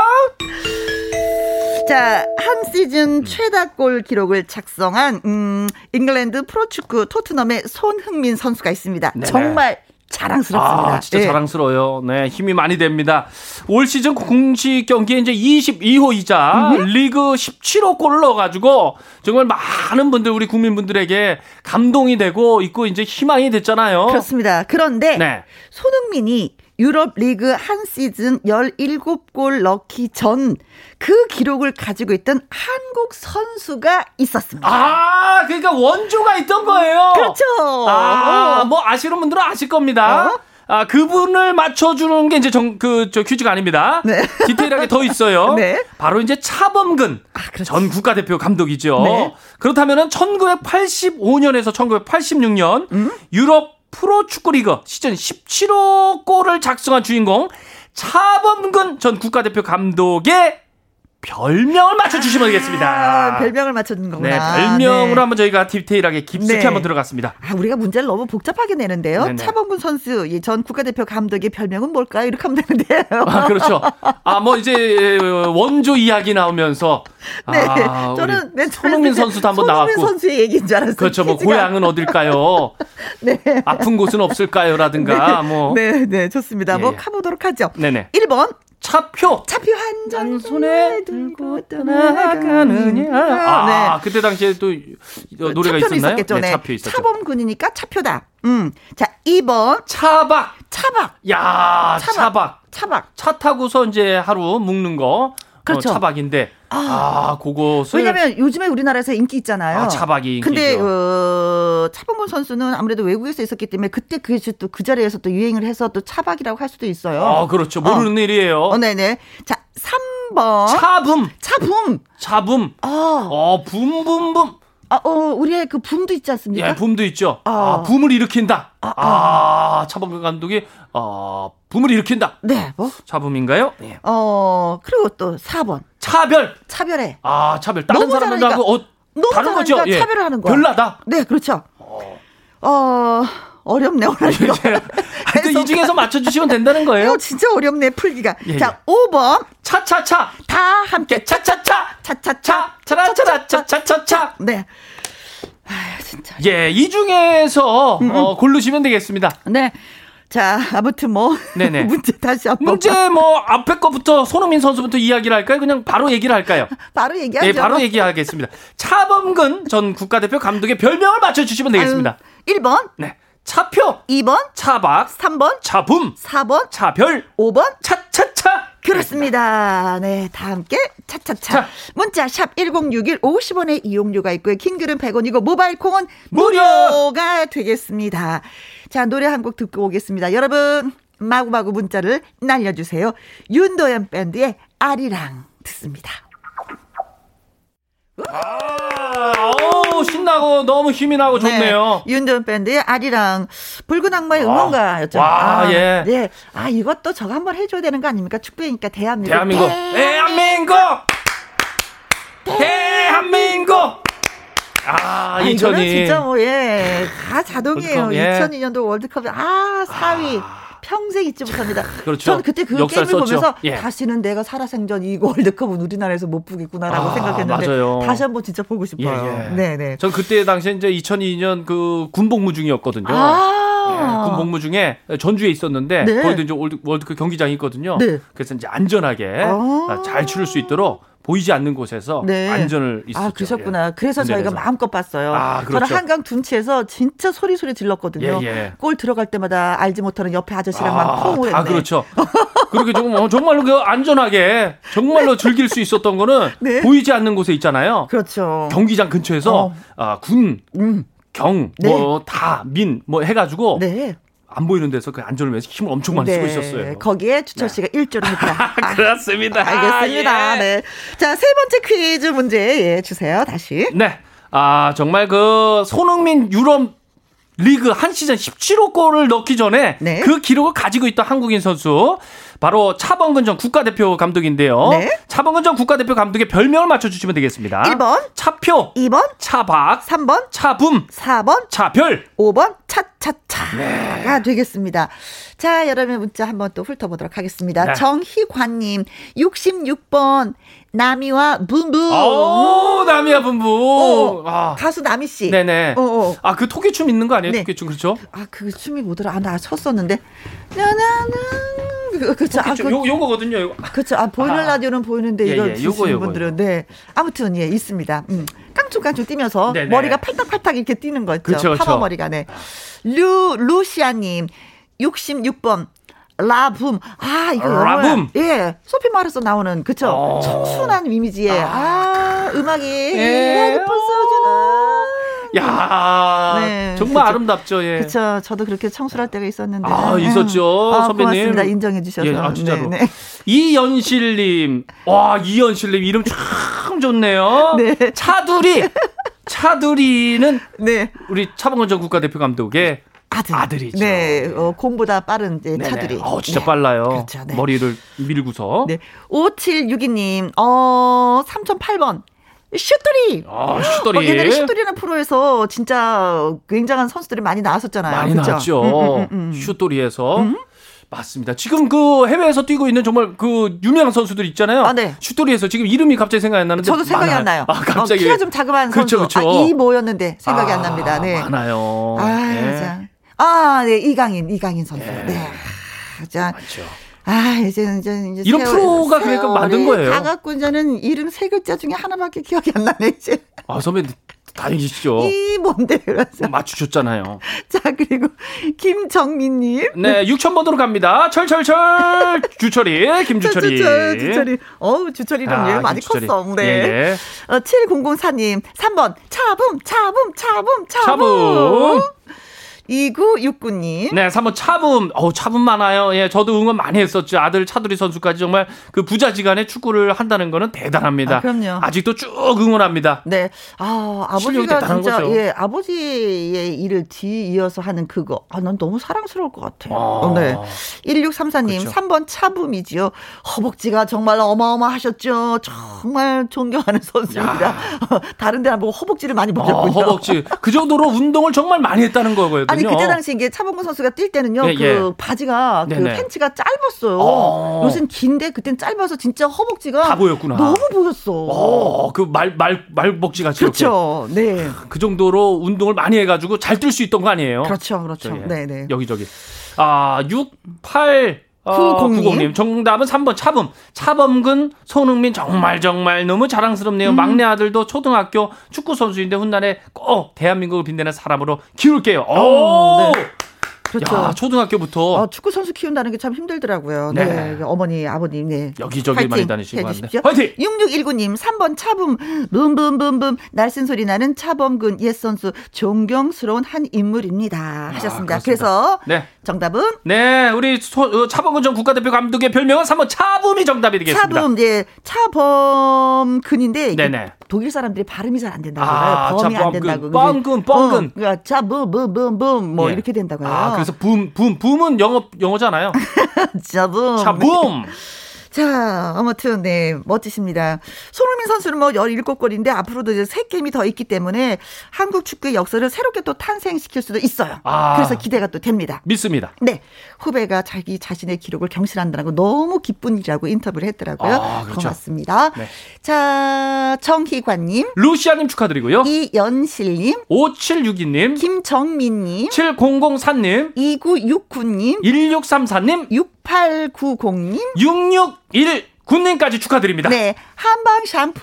S3: 네.
S1: 자, 한
S3: 음.
S1: 시즌 최다 골 기록을 작성한, 음, 잉글랜드 프로축구 토트넘의 손흥민 선수가 있습니다.
S3: 네.
S1: 정말 자랑스럽습니다.
S3: 아, 진짜
S1: 예.
S3: 자랑스러워요. 네, 힘이 많이 됩니다. 올 시즌 공식 경기에 이제 22호이자 리그 17호 골을 넣어가지고 정말 많은 분들, 우리 국민분들에게 감동이 되고 있고 이제 희망이 됐잖아요.
S1: 그렇습니다. 그런데
S3: 어. 네.
S1: 손흥민이 유럽 리그 한 시즌 17골 넣기 전 그 기록을 가지고 있던 한국 선수가 있었습니다.
S3: 아, 그러니까 원조가 있던 거예요.
S1: 그렇죠.
S3: 아,
S1: 어.
S3: 뭐 아시는 분들은 아실 겁니다.
S1: 어?
S3: 아, 그분을 맞춰주는 게 이제 정, 그, 저 퀴즈가 아닙니다.
S1: 네.
S3: 디테일하게 더 있어요.
S1: 네.
S3: 바로 이제 차범근.
S1: 아, 그렇지.
S3: 전 국가대표 감독이죠.
S1: 네.
S3: 그렇다면은 1985년에서 1986년
S1: 음?
S3: 유럽 프로축구리그 시즌 17호 골을 작성한 주인공 차범근 전 국가대표 감독의 별명을 맞춰주시면 되겠습니다.
S1: 아, 별명을 맞춰준 거구나.
S3: 네, 별명으로
S1: 네.
S3: 한번 저희가 디테일하게 깊숙이
S1: 네.
S3: 한번 들어갔습니다.
S1: 아, 우리가 문제를 너무 복잡하게 내는데요.
S3: 네네.
S1: 차범근 선수, 이전 국가대표 감독의 별명은 뭘까요? 이렇게 하면 되는데요.
S3: 아, 그렇죠. 아, 뭐 이제 원조 이야기 나오면서 아,
S1: 네.
S3: 우리
S1: 저는 맨 처음에
S3: 손흥민
S1: 그냥
S3: 선수도 한번
S1: 손흥민
S3: 나왔고.
S1: 선수의 얘기인 줄 알았어요.
S3: 그렇죠. 뭐
S1: 퀴즈가.
S3: 고향은 어딜까요?
S1: 네.
S3: 아픈 곳은 없을까요라든가 뭐
S1: 네, 네, 좋습니다.
S3: 예,
S1: 뭐
S3: 예.
S1: 가보도록 하죠.
S3: 네네.
S1: 1번
S3: 차표
S1: 차표 한
S3: 한
S1: 장
S3: 손에 들고 떠나가느냐. 아,
S1: 네.
S3: 그때 당시에 또 이- 어, 노래가
S1: 차표는
S3: 있었나요?
S1: 있었겠죠. 네.
S3: 차표 있었죠.
S1: 차범군이니까 차표다. 음. 자, 2번
S3: 차박.
S1: 차박.
S3: 야,
S1: 차박.
S3: 차박.
S1: 차박.
S3: 차 타고서 이제 하루 묵는 거. 어,
S1: 그렇죠.
S3: 차박인데. 아, 그거 수요-
S1: 왜냐면 요즘에 우리나라에서 인기 있잖아요.
S3: 아, 차박이 인기죠.
S1: 근데 어, 차범근 선수는 아무래도 외국에서 있었기 때문에 그때 그게 또 그 자리에서 또 유행을 해서 또 차박이라고 할 수도 있어요.
S3: 아, 그렇죠. 모르는 일이에요.
S1: 어, 네네. 자, 3번
S3: 차붐,
S1: 차붐.
S3: 차붐.
S1: 어.
S3: 어, 붐붐붐.
S1: 아, 어, 우리의 그 붐도 있지 않습니까?
S3: 예, 붐도 있죠.
S1: 아.
S3: 아, 붐을 일으킨다. 아, 차범근 감독이 아, 붐을 일으킨다.
S1: 네. 뭐?
S3: 차붐인가요? 예.
S1: 어, 그리고 또 4번.
S3: 차별.
S1: 차별해.
S3: 아, 차별. 다른
S1: 너무
S3: 사람들하고
S1: 잘하니까.
S3: 어,
S1: 너무
S3: 다른
S1: 잘하니까
S3: 거죠. 예.
S1: 차별을 하는 거야.
S3: 별나다.
S1: 네, 그렇죠. 어, 어렵네, 오늘 이거.
S3: 하여튼 예, 이 중에서 맞춰 주시면 된다는 거예요.
S1: 이거 진짜 어렵네, 풀기가.
S3: 예,
S1: 자, 5번.
S3: 차차차. 예,
S1: 다 함께
S3: 차차차.
S1: 차차차.
S3: 차. 차라차라차차차.
S1: 네. 아, 진짜.
S3: 예, 이 중에서
S1: 음,
S3: 어, 고르시면 되겠습니다.
S1: 네. 자, 아무튼 뭐.
S3: 네네.
S1: 문제 다시 한 번.
S3: 문제 뭐 앞에 거부터 손흥민 선수부터 이야기를 할까요? 그냥 바로 얘기를 할까요?
S1: 바로 얘기하죠.
S3: 네, 바로 얘기하겠습니다. 차범근 전 국가대표 감독의 별명을 맞춰주시면 되겠습니다.
S1: 음, 1번,
S3: 네. 차표,
S1: 2번,
S3: 차박,
S1: 3번,
S3: 차붐,
S1: 4번,
S3: 차별,
S1: 5번,
S3: 차차차.
S1: 그렇습니다. 네, 다 함께 차차차.
S3: 자.
S1: 문자 샵 1061 50원의 이용료가 있고요. 킹글은 100원이고 모바일 콩은
S3: 무료!
S1: 무료가 되겠습니다. 자, 노래 한 곡 듣고 오겠습니다. 여러분 마구마구 문자를 날려 주세요. 윤도현 밴드의 아리랑 듣습니다.
S3: 오, 아, 신나고 너무 힘이 나고 좋네요.
S1: 네, 윤도현 밴드의 아리랑 붉은 악마의 응원가였죠.
S3: 와,
S1: 아,
S3: 예.
S1: 네. 아, 이것도 저거 한번 해줘야 되는 거 아닙니까? 축배니까 대한민국.
S3: 대한민국. 대한민국. 대한민국. 아,
S1: 아, 이거는
S3: 인천이.
S1: 진짜 뭐, 예. 다 자동이에요.
S3: 월드컵, 예.
S1: 2002년도 월드컵, 아, 4위. 평생 잊지 못합니다.
S3: 그렇죠.
S1: 저는 그때 그
S3: 역사를
S1: 게임을
S3: 썼죠.
S1: 보면서
S3: 예.
S1: 다시는 내가 살아생전 이 월드컵은 우리나라에서 못 보겠구나라고
S3: 아,
S1: 생각했는데
S3: 맞아요.
S1: 다시 한번 진짜 보고
S3: 예,
S1: 싶어요.
S3: 예.
S1: 네네.
S3: 전 그때 당시에 이제 2002년 그 군복무 중이었거든요.
S1: 아.
S3: 군 예, 그 복무 중에 전주에 있었는데
S1: 네.
S3: 거기도 이제 월드- 월드컵 그 경기장이 있거든요.
S1: 네.
S3: 그래서 이제 안전하게
S1: 아.
S3: 잘 치를 수 있도록 보이지 않는 곳에서
S1: 네.
S3: 안전을 있었죠. 예.
S1: 아, 그러셨구나. 그래서 저희가 마음껏 봤어요.
S3: 아, 그렇죠.
S1: 저는 한강 둔치에서 진짜 소리소리 질렀거든요.
S3: 예, 예.
S1: 골 들어갈 때마다 알지 못하는 옆에 아저씨랑만 통을 했네.
S3: 다 그렇죠. 그렇게 조금 어, 정말로 그 안전하게 정말로 즐길 수 있었던 거는
S1: 네.
S3: 보이지 않는 곳에 있잖아요.
S1: 그렇죠.
S3: 경기장 근처에서
S1: 어.
S3: 아, 군, 경,
S1: 네.
S3: 뭐 다, 민, 뭐 해가지고
S1: 네.
S3: 안 보이는 데서 그 안전을 위해서 힘을 엄청 많이 쓰고
S1: 네.
S3: 있었어요. 네.
S1: 거기에 주철 씨가 일조를 했다. 아,
S3: 그렇습니다.
S1: 알겠습니다.
S3: 아, 예.
S1: 네. 자, 세 번째 퀴즈 문제, 예, 주세요. 다시.
S3: 네. 아, 정말 그 손흥민 유럽 리그 한 시즌 17호 골을 넣기 전에
S1: 네.
S3: 그 기록을 가지고 있던 한국인 선수 바로 차범근 전 국가대표 감독인데요.
S1: 네.
S3: 차범근 전 국가대표 감독의 별명을 맞춰 주시면 되겠습니다.
S1: 1번,
S3: 차표,
S1: 2번,
S3: 차박,
S1: 3번,
S3: 차붐,
S1: 4번,
S3: 차별.
S1: 5번,
S3: 네.
S1: 차차차가 되겠습니다. 자, 여러분의 문자 한번 또 훑어보도록 하겠습니다.
S3: 네.
S1: 정희관님, 66번, 남이와 붐붐.
S3: 아, 오, 남이야
S1: 어,
S3: 분부. 아.
S1: 가수 남희씨.
S3: 네네.
S1: 어, 어.
S3: 아, 그 토끼춤 있는 거 아니에요?
S1: 네.
S3: 토끼춤 그렇죠?
S1: 아, 그 춤이 뭐더라? 아, 나 섰었는데. 나나나. 그쵸. 아,
S3: 요,
S1: 그,
S3: 요거거든요. 요거.
S1: 그쵸. 아, 보이는
S3: 아.
S1: 라디오는 보이는데
S3: 예,
S1: 이걸
S3: 예,
S1: 주시는
S3: 요거, 요거,
S1: 분들은. 네. 아무튼, 예, 있습니다. 음. 깡충깡충 뛰면서
S3: 네네.
S1: 머리가 팔딱팔딱 이렇게 뛰는 거 있죠.
S3: 그쵸, 그쵸.
S1: 파마 머리가, 네. 류, 루시아님, 66번. 라붐. 아, 이거. 영어야.
S3: 라붐.
S1: 예. 소피 마을에서 나오는, 그쵸.
S3: 어.
S1: 청순한 이미지에. 아, 음악이.
S3: 예. 어.
S1: 예. 벌써 주나.
S3: 야
S1: 네,
S3: 정말
S1: 그쵸.
S3: 아름답죠. 예.
S1: 그쵸. 저도 그렇게 청순할 때가 있었는데.
S3: 아, 있었죠,
S1: 네. 아,
S3: 선배님.
S1: 고맙습니다. 인정해 주셔서.
S3: 예, 아, 진짜로.
S1: 네, 네.
S3: 이연실님, 와, 이연실님 이름 참 좋네요.
S1: 네.
S3: 차두리, 차두리는
S1: 네.
S3: 우리 차범근 전 국가대표 감독의
S1: 아들.
S3: 아들이죠.
S1: 네. 어, 공보다 빠른 이제
S3: 네네.
S1: 차들이.
S3: 어, 진짜
S1: 네.
S3: 빨라요.
S1: 그렇죠. 네.
S3: 머리를 밀고서.
S1: 네. 5762님, 어, 3008번. 슈돌이.
S3: 아, 슛돌이.
S1: 어, 옛날에 슈돌이라는 프로에서 진짜 굉장한 선수들이 많이 나왔었잖아요.
S3: 많이
S1: 그쵸?
S3: 나왔죠.
S1: 음, 음, 음, 음.
S3: 슛돌이에서. 맞습니다. 지금 그 해외에서 뛰고 있는 정말 그 유명한 선수들 있잖아요.
S1: 아, 네.
S3: 슛돌이에서 지금 이름이 갑자기 생각이 안 나는데.
S1: 저도 생각이
S3: 많아요.
S1: 안 나요.
S3: 아, 갑자기. 그렇죠.
S1: 어, 키가 좀 자그마한
S3: 그쵸,
S1: 선수.
S3: 그쵸.
S1: 아, 이 뭐였는데 생각이 안
S3: 아,
S1: 납니다. 네.
S3: 많아요.
S1: 아,
S3: 예.
S1: 자. 아, 네, 이강인, 이강인 선수. 네. 자,
S3: 그렇죠.
S1: 아, 이제, 이제, 이제.
S3: 이런 프로가 그러니까 만든 거예요.
S1: 다 갖고 이제는 이름 세 글자 중에 하나밖에 기억이 안 나네, 이제.
S3: 아 선배님 다행이시죠. 어,
S1: 이 뭔데, 그래서.
S3: 맞추셨잖아요.
S1: 자, 그리고 김정민님.
S3: 네, 6,000번으로 갑니다. 철철철 주철이 김주철이.
S1: 주철, 주철이. 어우, 주철이 이름 얘
S3: 아,
S1: 많이
S3: 김주철이.
S1: 컸어. 네.
S3: 예, 예.
S1: 어, 7004님, 3번. 차붐, 차붐, 차붐, 차붐.
S3: 차붐.
S1: 2969님.
S3: 네, 3번 차붐. 어우, 차붐 많아요. 예, 저도 응원 많이 했었죠. 아들 차두리 선수까지 정말 그 부자지간에 축구를 한다는 거는 대단합니다.
S1: 아, 그럼요.
S3: 아직도 쭉 응원합니다.
S1: 네. 아,
S3: 실력이
S1: 아버지가
S3: 대단한
S1: 진짜,
S3: 거죠.
S1: 예, 아버지의 일을 뒤이어서 하는 그거. 아, 난 너무 사랑스러울 것 같아요.
S3: 아. 그렇죠.
S1: 네. 1634님,
S3: 그쵸.
S1: 3번 차붐이지요. 허벅지가 정말 어마어마하셨죠. 정말 존경하는 선수입니다. 다른 데는 보고 허벅지를 많이
S3: 아,
S1: 보셨군요.
S3: 허벅지. 그 정도로 운동을 정말 많이 했다는 거거든요.
S1: 아니 그때 당시 이게 차범근 선수가 뛸 때는요
S3: 예,
S1: 그
S3: 예.
S1: 바지가 그
S3: 네네.
S1: 팬츠가 짧았어요.
S3: 어.
S1: 요새는 긴데 그땐 짧아서 진짜 허벅지가
S3: 다 보였구나.
S1: 너무 보였어.
S3: 어, 그 말 말 말복지 같이 이렇게.
S1: 그렇죠. 네.
S3: 그 정도로 운동을 많이 해가지고 잘 뛸 수 있던 거 아니에요?
S1: 그렇죠, 그렇죠.
S3: 예.
S1: 네네.
S3: 여기저기. 아, 68.
S1: 구공님.
S3: 90님. 정답은 3번 차범. 차범근, 손흥민 정말 정말 너무 자랑스럽네요.
S1: 음.
S3: 막내 아들도 초등학교 축구 선수인데 훗날에 꼭 대한민국을 빛내는 사람으로 키울게요. 오!
S1: 어, 네. 그렇죠.
S3: 야, 초등학교부터
S1: 어, 축구 선수 키운다는 게 참 힘들더라고요. 네.
S3: 네.
S1: 어머니, 아버님, 네.
S3: 여기저기
S1: 파이팅
S3: 많이 다니시고
S1: 해주십시오.
S3: 하는데. 파이팅!
S1: 6619님, 3번 차붐, 붐붐붐붐, 날씬 소리 나는 차범근 옛 선수, 존경스러운 한 인물입니다. 하셨습니다.
S3: 아, 그렇습니다.
S1: 그래서
S3: 네.
S1: 정답은
S3: 네, 우리 소, 어, 차범근 전 국가대표 감독의 별명은 3번 차붐이 정답이 되겠습니다.
S1: 차붐, 예, 차범근인데 이게
S3: 네네.
S1: 독일 사람들이 발음이 잘 안 된다고
S3: 아,
S1: 해요. 범이 안
S3: 차범근,
S1: 된다고.
S3: 뻥근, 뻥근.
S1: 어, 그러니까 차붐붐붐붐 뭐
S3: 예.
S1: 이렇게 된다고요.
S3: 아, 그래서 붐, 붐, 붐은 영어, 영어잖아요.
S1: 차붐.
S3: 차붐!
S1: 자, 아무튼, 네, 멋지십니다. 손흥민 선수는 뭐 17골인데 앞으로도 이제 세게임이더 있기 때문에 한국 축구의 역사를 새롭게 또 탄생시킬 수도 있어요.
S3: 아.
S1: 그래서 기대가 또 됩니다.
S3: 믿습니다.
S1: 네, 후배가 자기 자신의 기록을 경신한다고 너무 기쁜 일이라고 인터뷰를 했더라고요.
S3: 아, 그렇죠.
S1: 고맙습니다.
S3: 네.
S1: 자, 정희관님,
S3: 루시아님 축하드리고요.
S1: 이연실님,
S3: 5762님,
S1: 김정민님,
S3: 7004님,
S1: 2969님,
S3: 1634님,
S1: 6890님,
S3: 6619님까지 축하드립니다.
S1: 네, 한방 샴푸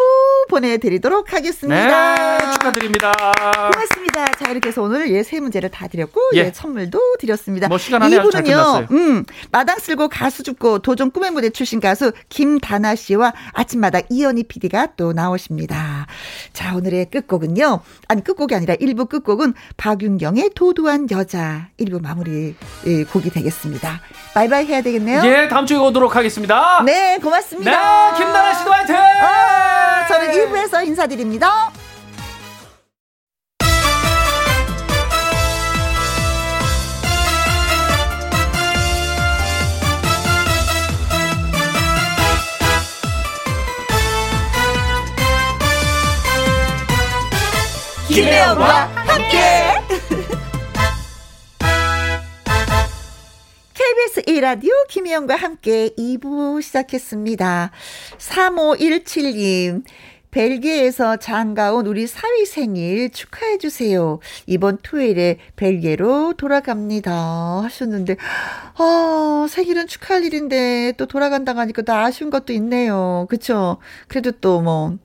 S1: 보내드리도록 하겠습니다.
S3: 네, 축하드립니다.
S1: 고맙습니다. 자, 이렇게 해서 오늘 예, 세 문제를 다 드렸고, 예,
S3: 예.
S1: 선물도 드렸습니다.
S3: 뭐 시간 안에 아주 잘 끝났어요.
S1: 음, 마당 쓸고 가수 죽고 도전 꿈의 무대 출신 가수 김다나 씨와 아침마당 이현희 PD가 또 나오십니다. 자, 오늘의 끝곡은요. 아니, 끝곡이 아니라 일부 끝곡은 박윤경의 도도한 여자 일부 마무리 예, 곡이 되겠습니다. 바이바이 해야 되겠네요.
S3: 예, 다음 주에 오도록 하겠습니다.
S1: 네,
S3: 네,
S1: 고맙습니다. 아,
S3: 김나라 씨도 화이팅!
S1: 저는 2부에서 인사드립니다. 김혜영과 함께 KBS 1라디오 김혜영과 함께 2부 시작했습니다. 35172님. 벨기에에서 장가온 우리 사위 생일 축하해 주세요. 이번 토요일에 벨기에로 돌아갑니다. 하셨는데 어, 생일은 축하할 일인데 또 돌아간다고 하니까 또 아쉬운 것도 있네요. 그렇죠? 그래도 또 뭐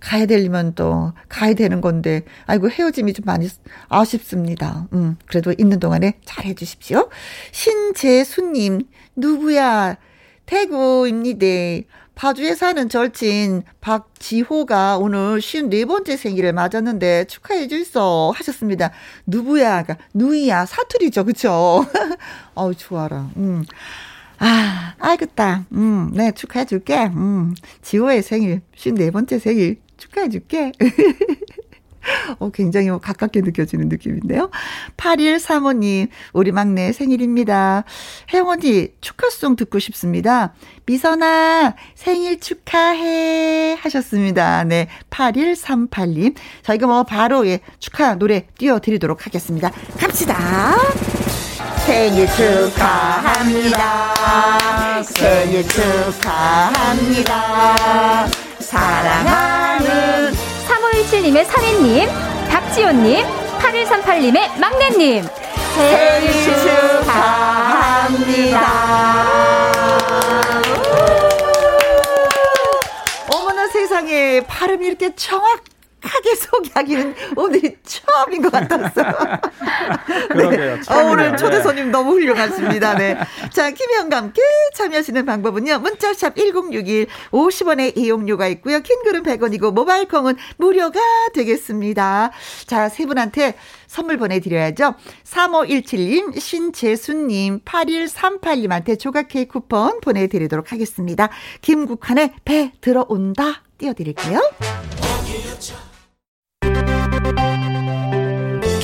S1: 가야 되려면 또 가야 되는 건데 아이고 헤어짐이 좀 많이 아쉽습니다. 음 그래도 있는 동안에 잘 해주십시오. 신재수님 누구야 대구입니다. 파주에 사는 절친 박지호가 오늘 54번째 생일을 맞았는데 축하해 줄서 하셨습니다. 누구야, 그러니까 누이야 사투리죠, 그쵸? 어우 좋아라. 음. 아, 알겠다. 음, 네, 축하해줄게. 음, 지호의 생일, 54번째 생일, 축하해줄게. 어, 굉장히 뭐 가깝게 느껴지는 느낌인데요. 8일 사모님, 우리 막내 생일입니다. 혜영 언니, 축하송 듣고 싶습니다. 미선아, 생일 축하해. 하셨습니다. 네. 8138님. 저희가 뭐 바로, 예, 축하 노래 띄워드리도록 하겠습니다. 갑시다. 생일 축하합니다. 생일 축하합니다. 사랑하는
S4: 3517님의 사례님, 박지호님, 8138님의 막내님.
S1: 생일 축하합니다. 어머나 세상에 발음 이렇게 정확하게 소개하기는 오늘이 처음인 것 같았어요.
S3: 그러게요.
S1: 어, 오늘
S3: 처음이네요.
S1: 초대
S3: 네.
S1: 손님 너무 훌륭하십니다. 네. 자, 김혜영과 함께 참여하시는 방법은요. 문자샵 1061 50원의 이용료가 있고요. 킹글은 100원이고 모바일 콩은 무료가 되겠습니다. 자, 세 분한테 선물 보내드려야죠. 3517님, 신재수님, 8138님한테 조각 케이크 쿠폰 보내드리도록 하겠습니다. 김국환의 배 들어온다 띄워드릴게요.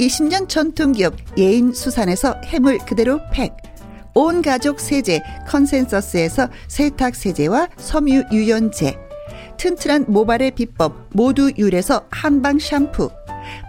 S1: 20년 전통기업 예인 수산에서 해물 그대로 팩 온 가족 세제 컨센서스에서 세탁 세제와 섬유 유연제 튼튼한 모발의 비법 모두 유래서 한방 샴푸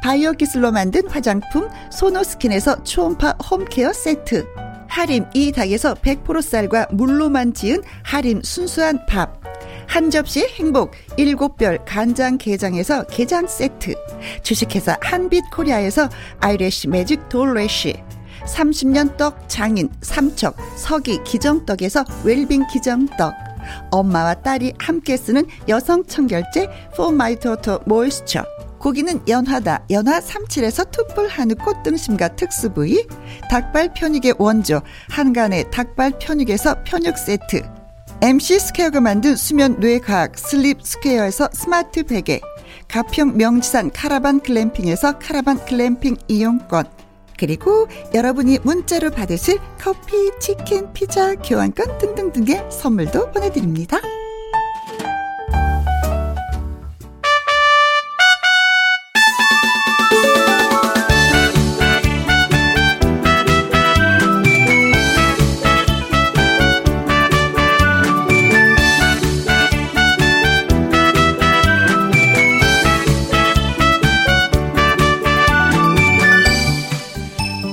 S1: 바이오 기술로 만든 화장품 소노스킨에서 초음파 홈케어 세트 하림 이 닭에서 100% 쌀과 물로만 지은 하림 순수한 밥 한 접시 행복 일곱 별 간장 게장에서 게장 세트 주식회사 한빛코리아에서 아이래쉬 매직 돌래쉬 30년 떡 장인 삼척 서기 기정떡에서 웰빙 기정떡 엄마와 딸이 함께 쓰는 여성 청결제 포마이토토 모이스처 고기는 연하다 연하 37에서 투뿔 한우 꽃등심과 특수부위 닭발 편육의 원조 한간의 닭발 편육에서 편육 세트 MC 스퀘어가 만든 수면 뇌과학 슬립 스퀘어에서 스마트 베개 가평 명지산 카라반 글램핑에서 카라반 글램핑 이용권 그리고 여러분이 문자로 받으실 커피, 치킨, 피자, 교환권 등등등의 선물도 보내드립니다.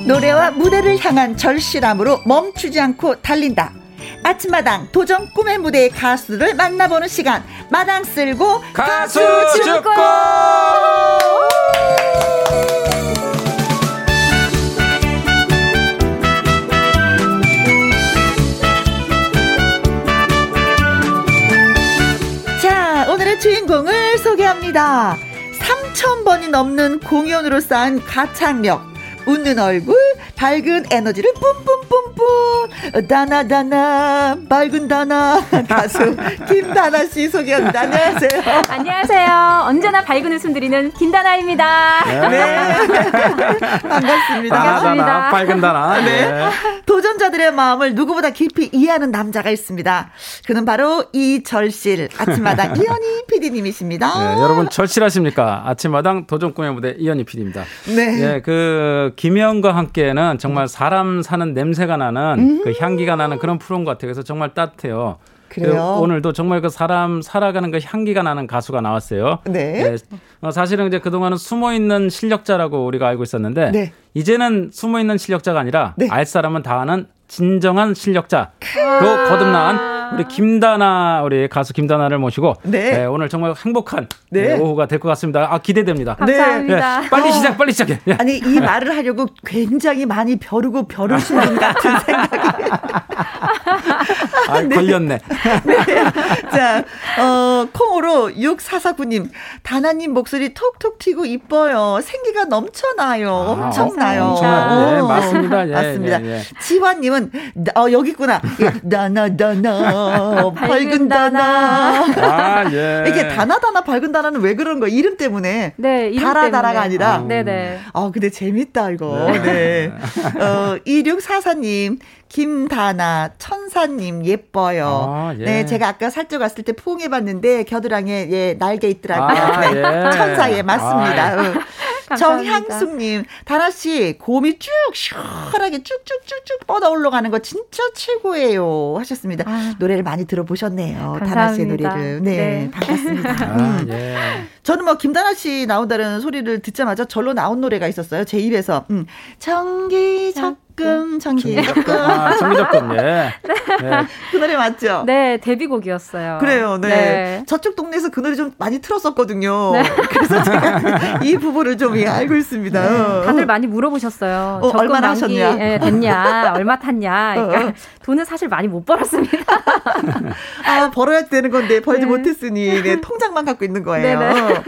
S1: 노래와 무대를 향한 절실함으로 멈추지 않고 달린다. 아침마당 도전 꿈의 무대의 가수들을 만나보는 시간. 마당 쓸고
S3: 가수
S1: 춤.
S3: 축구
S1: 아, 자, 오늘의 주인공을 소개합니다. 3,000번이 넘는 공연으로 쌓은 가창력, 웃는 얼굴, 밝은 에너지를 뿜뿜뿜뿜, 다나다나, 밝은 다나, 가수 김다나씨 소개합니다. 안녕하세요.
S4: 안녕하세요. 언제나 밝은 웃음 드리는 김다나입니다.
S1: 네.
S5: 아.
S1: 반갑습니다.
S4: 반갑습니다.
S3: 나나 밝은 나나 네.
S1: 도전자들의 마음을 누구보다 깊이 이해하는 남자가 있습니다. 그는 바로 이절실, 아침마당 이현희 PD님이십니다.
S5: 네, 여러분 절실하십니까? 아침마당 도전 꿈의 무대 이현희 PD입니다.
S1: 네.
S5: 예, 그 김혜영과 함께는 정말 사람 사는 냄새가 나는 그 향기가 나는 그런 프로인 것 같아요. 그래서 정말 따뜻해요.
S1: 음. 그래요?
S5: 그 오늘도 정말 그 사람 살아가는 그 향기가 나는 가수가 나왔어요.
S1: 네.
S5: 예, 어, 사실은 이제 그동안은 숨어 있는 실력자라고 우리가 알고 있었는데
S1: 네.
S5: 이제는 숨어 있는 실력자가 아니라
S1: 네.
S5: 알 사람은 다 아는 진정한 실력자로
S1: 아.
S5: 거듭난 우리 김다나 우리 가수 김다나를 모시고
S1: 네.
S5: 예, 오늘 정말 행복한
S1: 네.
S5: 예, 오후가 될 것 같습니다. 아 기대됩니다.
S4: 감사합니다.
S5: 예, 빨리 시작, 빨리 시작해. 예.
S1: 아니 이 말을 하려고 굉장히 많이 벼르고 벼르신 분 같은 생각이
S5: 아, 걸렸네.
S1: 자, 어, 콩으로 6449님 다나님 목소리 톡톡 튀고 이뻐요 생기가 넘쳐나요 엄청나요
S5: 아, 엄청나요. 네,
S1: 어,
S5: 맞습니다. 예,
S1: 맞습니다
S5: 예, 예.
S1: 지환님은 나- 어, 여기 있구나 예, 나나다나 밝은
S4: 밝은
S1: 다나
S5: 아, 예.
S1: 이게 다나다나 밝은 다나는 왜 그런 거야 이름 때문에
S4: 네, 이름
S1: 다라다라가
S4: 때문에.
S1: 아니라
S4: 네네.
S1: 아, 근데 재밌다, 이거. 네. 어, 2644님, 김다나, 천사님, 예뻐요.
S5: 아, 예.
S1: 네, 제가 아까 살짝 왔을 때 포옹해봤는데, 겨드랑이에, 예, 날개 있더라고요.
S5: 아,
S1: 네.
S5: 예.
S1: 천사, 예, 맞습니다.
S5: 아,
S1: 응.
S4: 감사합니다.
S1: 정향숙님, 다나씨, 곰이 쭉, 시원하게 쭉쭉쭉쭉 뻗어 올라가는 거 진짜 최고예요. 하셨습니다.
S4: 아.
S1: 노래를 많이 들어보셨네요.
S4: 감사합니다.
S1: 다나씨의 노래를. 네,
S4: 네.
S1: 반갑습니다.
S5: 아,
S1: 음.
S5: 예.
S1: 저는 뭐 김다나 씨 나온다는 소리를 듣자마자 절로 나온 노래가 있었어요. 제 입에서. 음. 정기 적금 정기 적금.
S5: 아, 정리적금, 예. 예.
S1: 그 노래 맞죠?
S4: 네, 데뷔곡이었어요.
S1: 그래요. 네.
S4: 네.
S1: 저쪽 동네에서 그 노래 좀 많이 틀었었거든요. 그래서 제가 이 부분을 좀 예, 알고 있습니다.
S4: 다들 많이 물어보셨어요.
S1: 어,
S4: 적금
S1: 얼마나
S4: 만기,
S1: 하셨냐? 어.
S4: 예, 됐냐, 얼마 탔냐. 그러니까 돈은 사실 많이 못 벌었습니다.
S1: 아, 벌어야 되는 건데 벌지
S4: 네.
S1: 못했으니 네, 통장만 갖고 있는 거예요.
S4: 네네.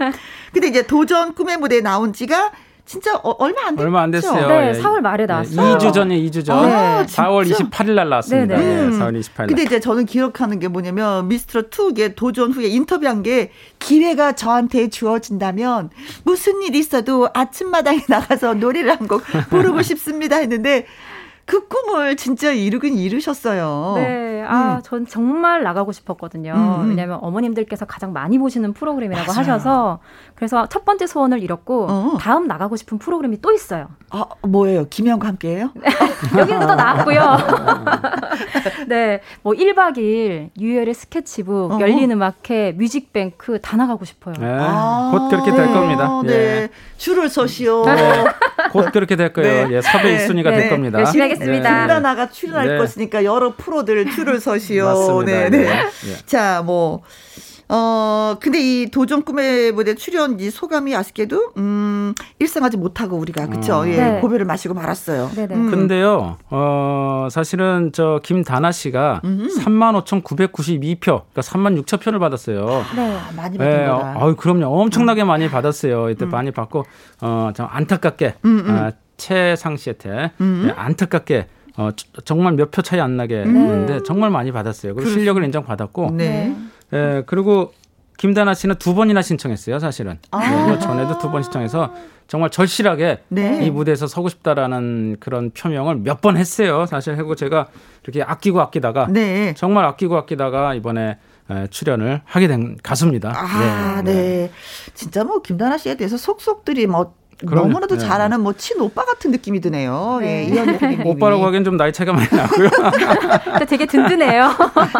S1: 근데 이제 도전 꿈의 무대에 나온 지가 진짜 어- 얼마 안 됐죠?
S5: 얼마 안 됐어요.
S4: 네,
S5: 예.
S4: 4월 말에
S5: 예,
S4: 나왔어요.
S5: 2주 전에 2주 전.
S1: 아, 진짜?
S5: 4월 28일 날 나왔습니다.
S4: 네, 네.
S5: 예,
S1: 음.
S5: 4월 28일.
S1: 근데 이제 저는 기억하는 게 뭐냐면 미스트롯 2에 도전 후에 인터뷰한 게 기회가 저한테 주어진다면 무슨 일 있어도 아침마당에 나가서 노래를 한 곡 부르고 싶습니다 했는데 그 꿈을 진짜 이루긴 이루셨어요.
S4: 네, 아,
S1: 음.
S4: 전 정말 나가고 싶었거든요.
S1: 음, 음.
S4: 왜냐면 어머님들께서 가장 많이 보시는 프로그램이라고
S1: 맞아요.
S4: 하셔서 그래서 첫 번째 소원을 이뤘고
S1: 어.
S4: 다음 나가고 싶은 프로그램이 또 있어요.
S1: 아 뭐예요? 김영과 함께예요?
S5: 네.
S4: 여기는 또 나왔고요. 네, 뭐 1박 2일, 유열의 스케치북,
S1: 어.
S4: 열린 음악회, 뮤직뱅크 다 나가고 싶어요.
S5: 예,
S1: 아,
S5: 곧 그렇게 될
S1: 네.
S5: 겁니다.
S1: 네,
S5: 예. 네.
S1: 줄을 서시오.
S5: 곧 그렇게 될 거예요.
S1: 네.
S5: 예, 섭외
S1: 네.
S5: 1순위가
S4: 네.
S5: 될 겁니다.
S4: 열심히 하겠습니다.
S5: 네.
S1: 김다나가 출연할
S5: 네.
S1: 것이니까 여러 프로들 줄을 서시오.
S5: 맞습니다.
S1: 네, 네.
S5: 예, 예.
S1: 자, 뭐, 어, 근데 이 도전 꿈의 무대 출연 이 소감이 아쉽게도, 음, 일상하지 못하고 우리가, 그쵸?
S5: 음.
S1: 예,
S4: 네.
S1: 고배를 마시고 말았어요.
S4: 네네.
S1: 음.
S5: 근데요, 어, 사실은 저 김다나 씨가 35,992표, 그러니까 36,000표를 받았어요.
S4: 네.
S1: 아, 많이 받은
S5: 예,
S1: 거다. 음.
S5: 아유, 그럼요. 엄청나게 많이 받았어요. 이때 많이 받고, 어, 참 안타깝게,
S1: 음,
S5: 아, 최상 씨한테, 예, 안타깝게, 어, 저- 정말 몇 표 차이 안 나게
S1: 음.
S5: 했는데, 정말 많이 받았어요. 그리고 실력을 인정받았고,
S1: 네.
S5: 예, 그리고 김다나 씨는 두 번이나 신청했어요, 사실은. 예, 이 전에도 두 번 신청해서 정말 절실하게
S1: 아. 네.
S5: 이 무대에서 서고 싶다라는 그런 표명을 몇 번 했어요. 사실 하고 제가 이렇게 아끼고 아끼다가
S1: 네.
S5: 정말 아끼고 아끼다가 이번에 에, 출연을 하게 된 가수입니다. 예,
S1: 아, 네. 진짜 뭐, 김다나 씨에 대해서 속속들이 뭐,
S5: 그럼요.
S1: 너무나도
S5: 네.
S1: 잘하는 뭐, 친오빠 같은 느낌이 드네요. 예,
S4: 네.
S1: 이현희 PD님이.
S5: 오빠라고 하기엔 좀 나이 차이가 많이 나고요.
S4: 근데 되게 든든해요.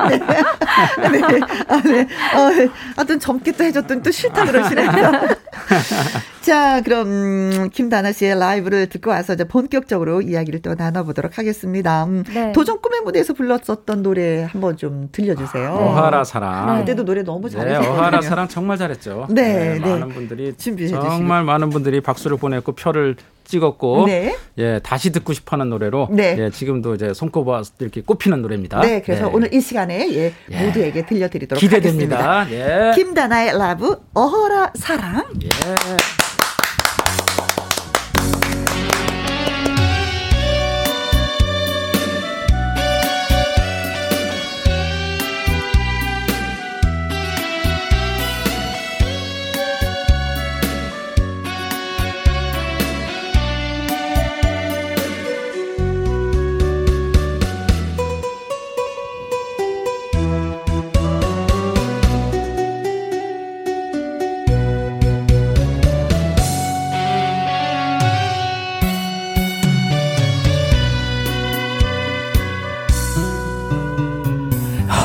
S1: 네. 아, 네. 어, 네. 하여튼 젊게 또 해줬더니 또 싫다 그러시네요. 자, 그럼, 음, 김다나 씨의 라이브를 듣고 와서 이제 본격적으로 이야기를 또 나눠보도록 하겠습니다. 음,
S4: 네.
S1: 도전 꿈의 무대에서 불렀었던 노래 한번 좀 들려주세요. 네,
S5: 어하라 아, 사랑.
S1: 그때도 노래 너무
S5: 네,
S1: 잘하셨거든요.
S5: 어하라 사랑 정말 잘했죠.
S1: 네, 네.
S5: 많은 분들이
S1: 준비해
S5: 정말 많은 분들이 박수를 보냈고 표를 찍었고
S1: 네.
S5: 예, 다시 듣고 싶어하는 노래로
S1: 네.
S5: 예, 지금도 이제 손꼽아 이렇게 꼽히는 노래입니다.
S1: 네, 그래서
S5: 예.
S1: 오늘 이 시간에 예,
S5: 예.
S1: 모두에게 들려드리도록 하겠습니다.
S5: 기대됩니다. 예.
S1: 김다나의 라브, 어허라 사랑.
S5: 예.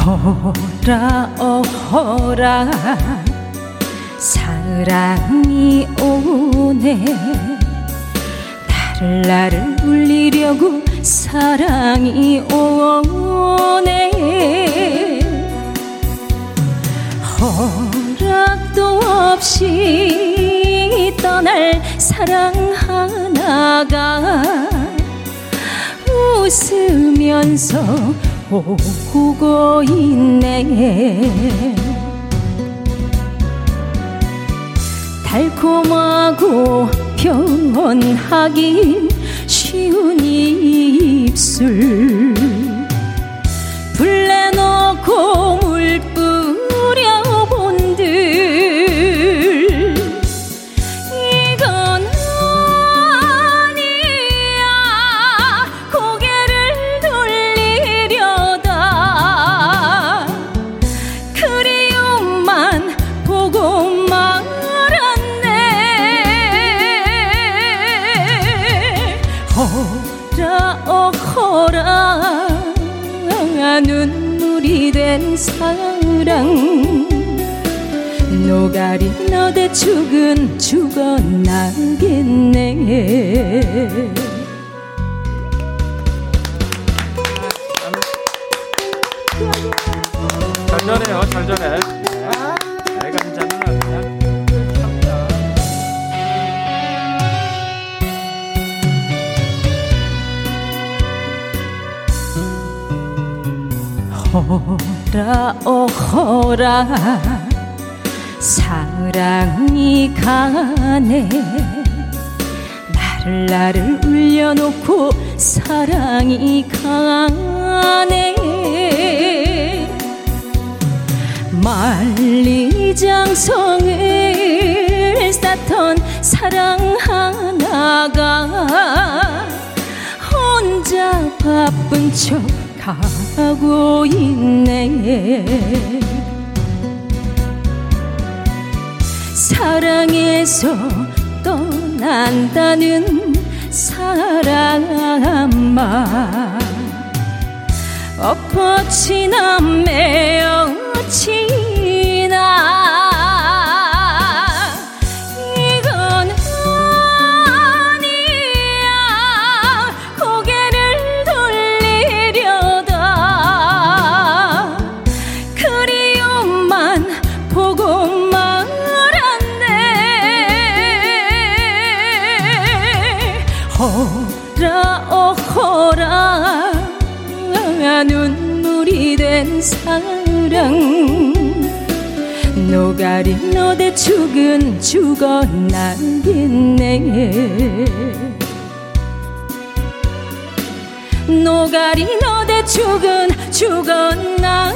S6: 어라 어라 사랑이 오네 나를 나를 울리려고 사랑이 오네 허락도 없이 떠날 사랑 하나가 웃으면서 오고 있네 달콤하고 변하기 쉬운 이 입술 불내놓고 물 뿌려본 들 이건 아니야 고개를 돌리려다 그리움만 보고 말았네 허라 어허라 눈물이 된 사랑 노가리 너대 죽은 죽어나겠네
S5: 잘 전해요, 잘 전해. 예. 내가 진짜 누나 그냥 참다.
S6: 허라 어허라 사랑이 가네 나를 울려놓고 사랑이 가네 만리장성을 쌓던 사랑 하나가 혼자 바쁜 척 가고 있네 사랑에서 떠난다는 사람만 엎어치나 메어치나 이건 아니야 고개를 돌리려다 그리움만 보고 말았네 허라 어허라 눈물이 된 사랑 노가리 너대 죽은 죽어 남겼네 노가리 너대 죽은 죽어 나겠네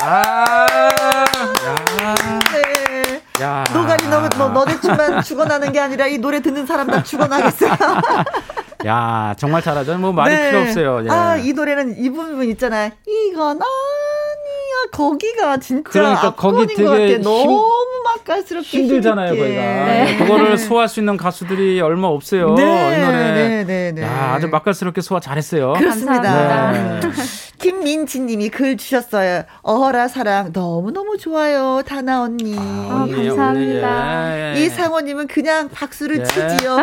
S5: 아.
S1: 네.
S5: 야.
S1: 노가리 너무 뭐 너댓지만 죽어나는 게 아니라 이 노래 듣는 사람 다 죽어나겠어요.
S5: 야, 정말 잘하죠. 뭐 말이
S1: 네.
S5: 필요 없어요. 예.
S1: 아, 이 노래는 이 부분 있잖아. 이건 아니야. 거기가 진짜
S5: 그러니까 거기
S1: 압권인 것
S5: 되게
S1: 같아.
S5: 힘-
S1: 너무 맛깔스럽게
S5: 힘들잖아요,
S1: 힘있게.
S5: 거기가. 예,
S4: 네.
S5: 그거를 소화할 수 있는 가수들이 얼마 없어요.
S1: 네,
S5: 이 노래.
S1: 네, 네, 네.
S5: 야, 아주 맛깔스럽게 소화 잘했어요.
S1: 그렇습니다.
S5: 네.
S1: 김민지 님이 글 주셨어요. 어허라 사랑 너무너무 좋아요. 다나 언니. 예.
S5: 아, 언니, 언니,
S4: 감사합니다.
S5: 예, 예.
S1: 이상호 님은 그냥 박수를
S5: 예.
S1: 치지요.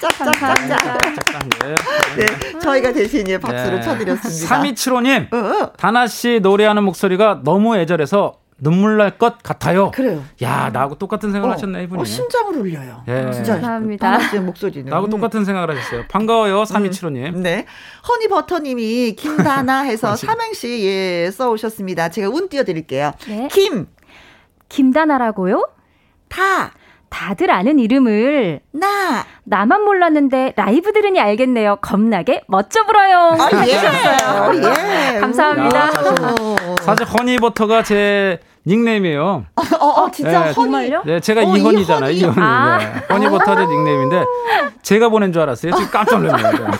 S1: 짝짝짝짝짝짝짝짝.
S5: 짝짝한 거예요.
S1: 네, 저희가 대신 예, 박수를
S5: 네.
S1: 쳐드렸습니다.
S5: 3275님,
S1: 어, 어.
S5: 다나 씨 노래하는 목소리가 너무 애절해서 눈물 날 것 같아요.
S1: 그래요.
S5: 야, 나하고 똑같은 생각을 하셨네, 이분이.
S1: 어, 심장을 울려요.
S5: 예.
S1: 진짜
S4: 감사합니다.
S1: 다나 씨의 목소리는.
S5: 나하고 똑같은 생각을 하셨어요. 반가워요, 3275님.
S1: 네. 허니버터님이 김다나 해서 삼행시 예, 써오셨습니다. 제가 운 띄워드릴게요.
S4: 네.
S1: 김,
S4: 김다나라고요?
S1: 다,
S4: 다들 아는 이름을
S1: 나.
S4: 나만 몰랐는데 라이브 들으니 알겠네요. 겁나게 멋져 불어요.
S1: 아, 예. 어, 예.
S4: 감사합니다.
S5: 야, 아, 잘하셨네. 사실 허니버터가 제 닉네임이에요.
S1: 어, 어, 진짜
S5: 예.
S1: 허니.
S4: 정말요?
S5: 네, 제가
S1: 어,
S5: 이헌이잖아요.
S1: 이헌이요.
S5: 이헌이.
S4: 아.
S5: 네. 허니버터의 닉네임인데 제가 보낸 줄 알았어요. 지금 깜짝 놀랐네요.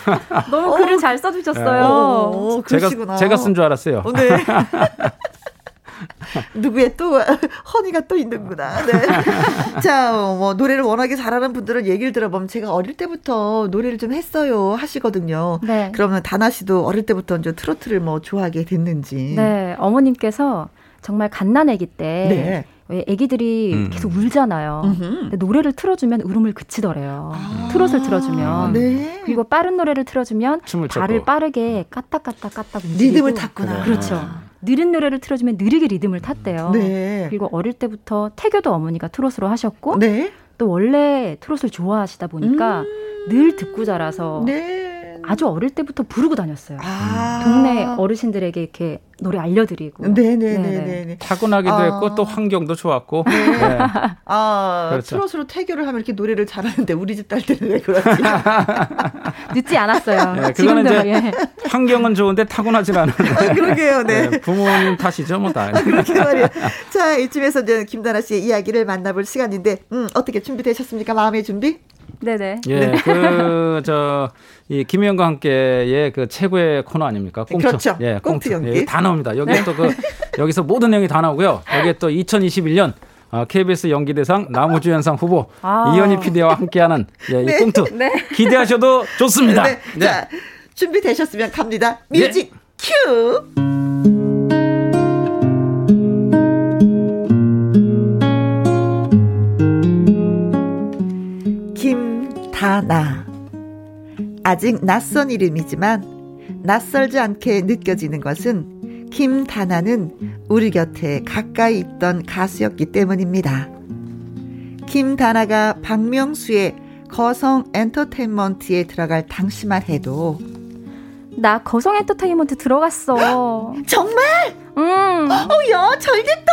S4: 너무 글을 잘 써주셨어요.
S1: 어, 그러시구나.
S5: 제가 제가 쓴 줄 알았어요.
S1: 어, 네. 누구의 또 허니가 또 있는구나. 네. 자, 뭐 노래를 워낙에 잘하는 분들은 얘기를 들어보면 제가 어릴 때부터 노래를 좀 했어요 하시거든요.
S4: 네.
S1: 그러면 다나 씨도 어릴 때부터 이제 트로트를 뭐 좋아하게 됐는지.
S4: 네, 어머님께서 정말 갓난아기 때
S1: 네.
S4: 왜 아기들이
S5: 음.
S4: 계속 울잖아요. 근데 노래를 틀어주면 울음을 그치더래요. 트롯을 틀어주면.
S1: 아. 네.
S4: 그리고 빠른 노래를 틀어주면
S5: 춤을 네. 췄고.
S4: 발을 빠르게 까딱까딱 까딱 움직이고
S1: 리듬을 탔구나.
S4: 그렇죠. 느린 노래를 틀어주면 느리게 리듬을 탔대요.
S1: 네.
S4: 그리고 어릴 때부터 태교도 어머니가 트롯으로 하셨고
S1: 네.
S4: 또 원래 트롯을 좋아하시다 보니까 늘 듣고 자라서
S1: 음. 네.
S4: 아주 어릴 때부터 부르고 다녔어요.
S1: 아.
S4: 동네 어르신들에게 이렇게 노래 알려드리고. 네네.
S1: 네네네네.
S5: 타고나기도
S1: 아.
S5: 했고 또 환경도 좋았고. 네.
S1: 아,
S5: 그렇죠.
S1: 트로트로 태교를 하면 이렇게 노래를 잘하는데 우리 집 딸 때는 왜 그러지?
S4: 늦지 않았어요.
S5: 네,
S4: 지금도
S5: 그거는 이제
S4: 예.
S5: 환경은 좋은데 타고나진 않은.
S1: 아, 그러게요, 네.
S5: 네, 부모님 탓이죠, 뭐 다.
S1: 그렇게 말이에요. 자, 이쯤에서 이제 김다나 씨의 이야기를 만나볼 시간인데, 음, 어떻게 준비되셨습니까? 마음의 준비?
S4: 네네.
S5: 예, 그, 저, 이 김희영과 함께의 그 최고의 코너 아닙니까? 꽁트.
S1: 그렇죠.
S5: 예,
S1: 꽁트
S5: 꽁트.
S1: 연기. 네.
S5: 예, 이거 다 나옵니다. 여기 또 그, 여기서 모든 내용이 다 나오고요. 여기에 또 2021년 어, KBS 연기대상 나무주연상 후보
S4: 아.
S5: 이현희 PD와 함께하는 예, 이
S1: 네.
S5: 꽁트. 기대하셔도 좋습니다.
S1: 네. 자, 준비되셨으면 갑니다.
S5: 예.
S1: 뮤직 큐! 김다나. 아직 낯선 이름이지만 낯설지 않게 느껴지는 것은 김다나는 우리 곁에 가까이 있던 가수였기 때문입니다. 김다나가 박명수의 거성 엔터테인먼트에 들어갈 당시만 해도
S5: 예.
S4: 나 거성 엔터테인먼트 들어갔어.
S1: 정말
S4: 음.
S1: 어야 잘됐다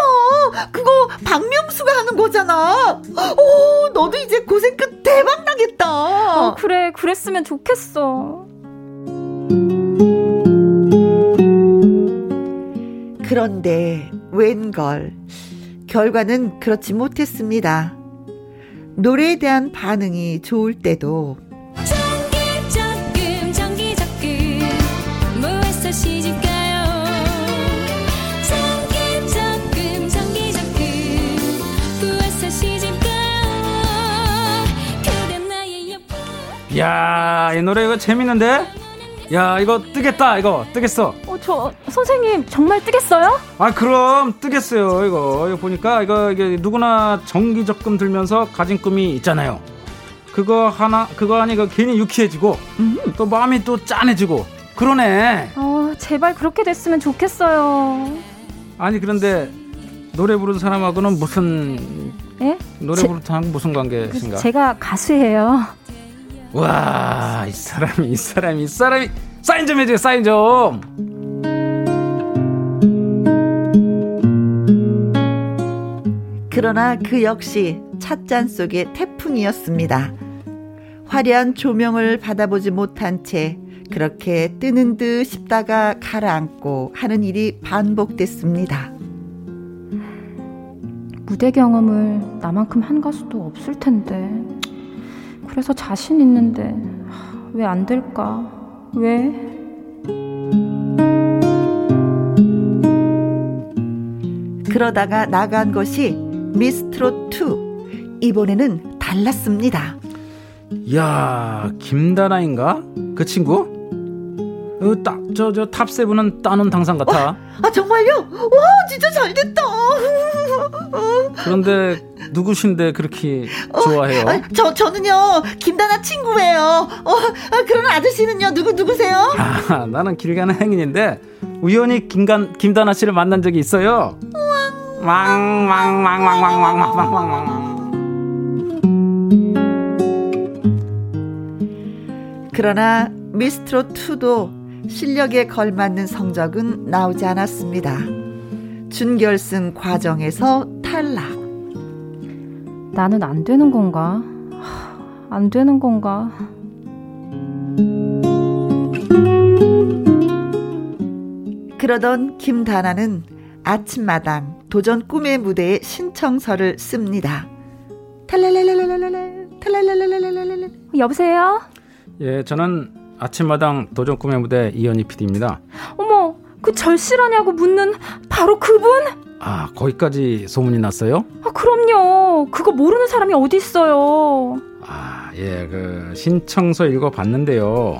S1: 그거 박명수가 하는 거잖아. 오, 너도 이제 고생 끝 대박 나겠다.
S4: 어, 그래, 그랬으면 좋겠어.
S1: 그런데 웬걸 결과는 그렇지 못했습니다. 노래에 대한 반응이 좋을 때도
S6: 정기적금 정기적금 뭐해서 시집가요 정기적금 정기적금 구해서 시집가요 그댄 나의 여보
S5: 야, 이 노래 이거 재밌는데? 야, 이거 뜨겠다. 이거 뜨겠어.
S4: 어, 저, 선생님, 정말 뜨겠어요?
S5: 아, 그럼 뜨겠어요. 이거. 이거 보니까 이거 이게 누구나 정기 적금 들면서 가진 꿈이 있잖아요. 그거 하나 그거 하니 그 괜히 유쾌해지고 또 마음이 또 짠해지고 그러네.
S4: 어, 제발 그렇게 됐으면 좋겠어요.
S5: 아니 그런데 노래 부르는 사람하고는 무슨
S4: 예?
S5: 노래
S4: 제-
S5: 부르는 사람 무슨 관계신가?
S4: 제가 가수예요.
S5: 와, 이 사람이 이 사람이 이 사람이 사인 좀 해줘요. 사인 좀.
S1: 그러나 그 역시 찻잔 속의 태풍이었습니다. 화려한 조명을 받아보지 못한 채 그렇게 뜨는 듯 싶다가 가라앉고 하는 일이 반복됐습니다.
S4: 무대 경험을 나만큼 한 가수도 없을 텐데. 그래서 자신 있는데 왜 안 될까? 왜?
S1: 그러다가 나간 것이 미스트롯 2. 이번에는 달랐습니다.
S5: 야 김다나인가 그 친구? 어, 저저 탑세븐은 따놓은 당상 같아.
S1: 아 정말요? 와 진짜 잘됐다. 아,
S5: 어? 그런데 누구신데 그렇게 좋아해요?
S1: 아, 저 저는요 김다나 친구예요. 어, 아, 그런 아저씨는요 누구 누구세요?
S5: 아, 나는 길 가는 행인인데 우연히 김간 김다나 씨를 만난 적이 있어요. 왕왕왕왕왕왕왕왕왕왕.
S1: 그러나 미스트롯 2도 실력에 걸맞는 성적은 나오지 않았습니다. 준결승 과정에서 탈락.
S4: 나는 안 되는 건가? 하, 안 되는 건가?
S1: 그러던 김다나는 아침마당 도전 꿈의 무대에 신청서를 씁니다. 탈랄랄랄랄랄랄 탈랄랄랄랄랄랄
S4: 여보세요?
S5: 예, 저는 아침마당 도전 꿈의 무대 이현희 PD입니다.
S4: 어머, 그 절실하냐고 묻는 바로 그분?
S5: 아, 거기까지 소문이 났어요?
S4: 아, 그럼요. 그거 모르는 사람이 어디 있어요.
S5: 아, 예, 그 신청서 읽어봤는데요.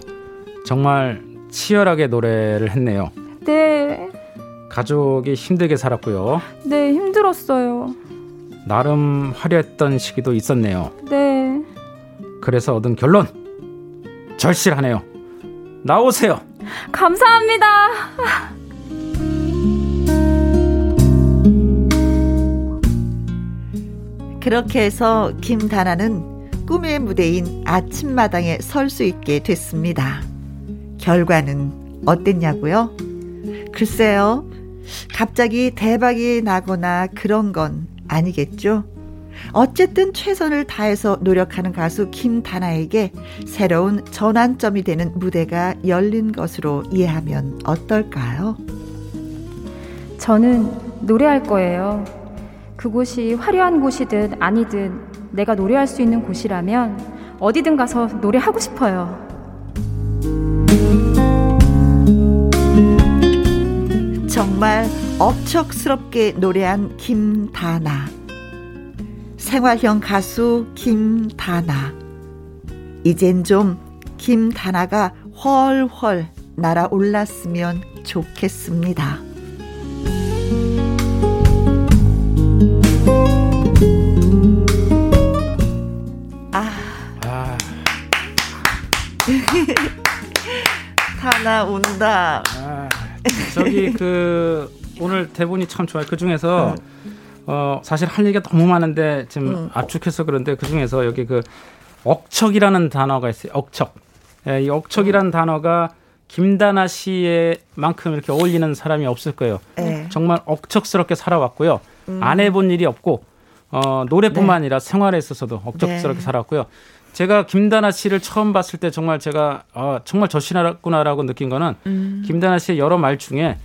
S5: 정말 치열하게 노래를 했네요.
S4: 네,
S5: 가족이 힘들게 살았고요.
S4: 네, 힘들었어요.
S5: 나름 화려했던 시기도 있었네요.
S4: 네.
S5: 그래서 얻은 결론 절실하네요. 나오세요.
S4: 감사합니다.
S1: 그렇게 해서 김다나는 꿈의 무대인 아침마당에 설 수 있게 됐습니다. 결과는 어땠냐고요? 글쎄요. 갑자기 대박이 나거나 그런 건 아니겠죠? 어쨌든 최선을 다해서 노력하는 가수 김다나에게 새로운 전환점이 되는 무대가 열린 것으로 이해하면 어떨까요?
S4: 저는 노래할 거예요. 그곳이 화려한 곳이든 아니든 내가 노래할 수 있는 곳이라면 어디든 가서 노래하고 싶어요.
S1: 정말 억척스럽게 노래한 김다나. 생활형 가수 김다나. 이젠 좀 김다나가 훨훨 날아올랐으면 좋겠습니다.
S5: 아,
S1: 다나 온다.
S5: 아, 저기 그 오늘 대본이 참 좋아요. 그 중에서 어, 사실 할 얘기가 너무 많은데 지금 압축해서 그런데 그 중에서 여기 그 억척이라는 단어가 있어요. 억척. 예, 이 억척이라는 단어가 김다나 씨의 만큼 이렇게 어울리는 사람이 없을 거예요.
S1: 네.
S5: 정말 억척스럽게 살아왔고요. 안 해본 일이 없고 어, 노래뿐만 아니라 생활에 있어서도 억척스럽게
S1: 네.
S5: 살았고요. 제가 김다나 씨를 처음 봤을 때 정말 제가 아, 정말 저신하구나라고 느낀 거는
S1: 음.
S5: 김다나 씨의 여러 말 중에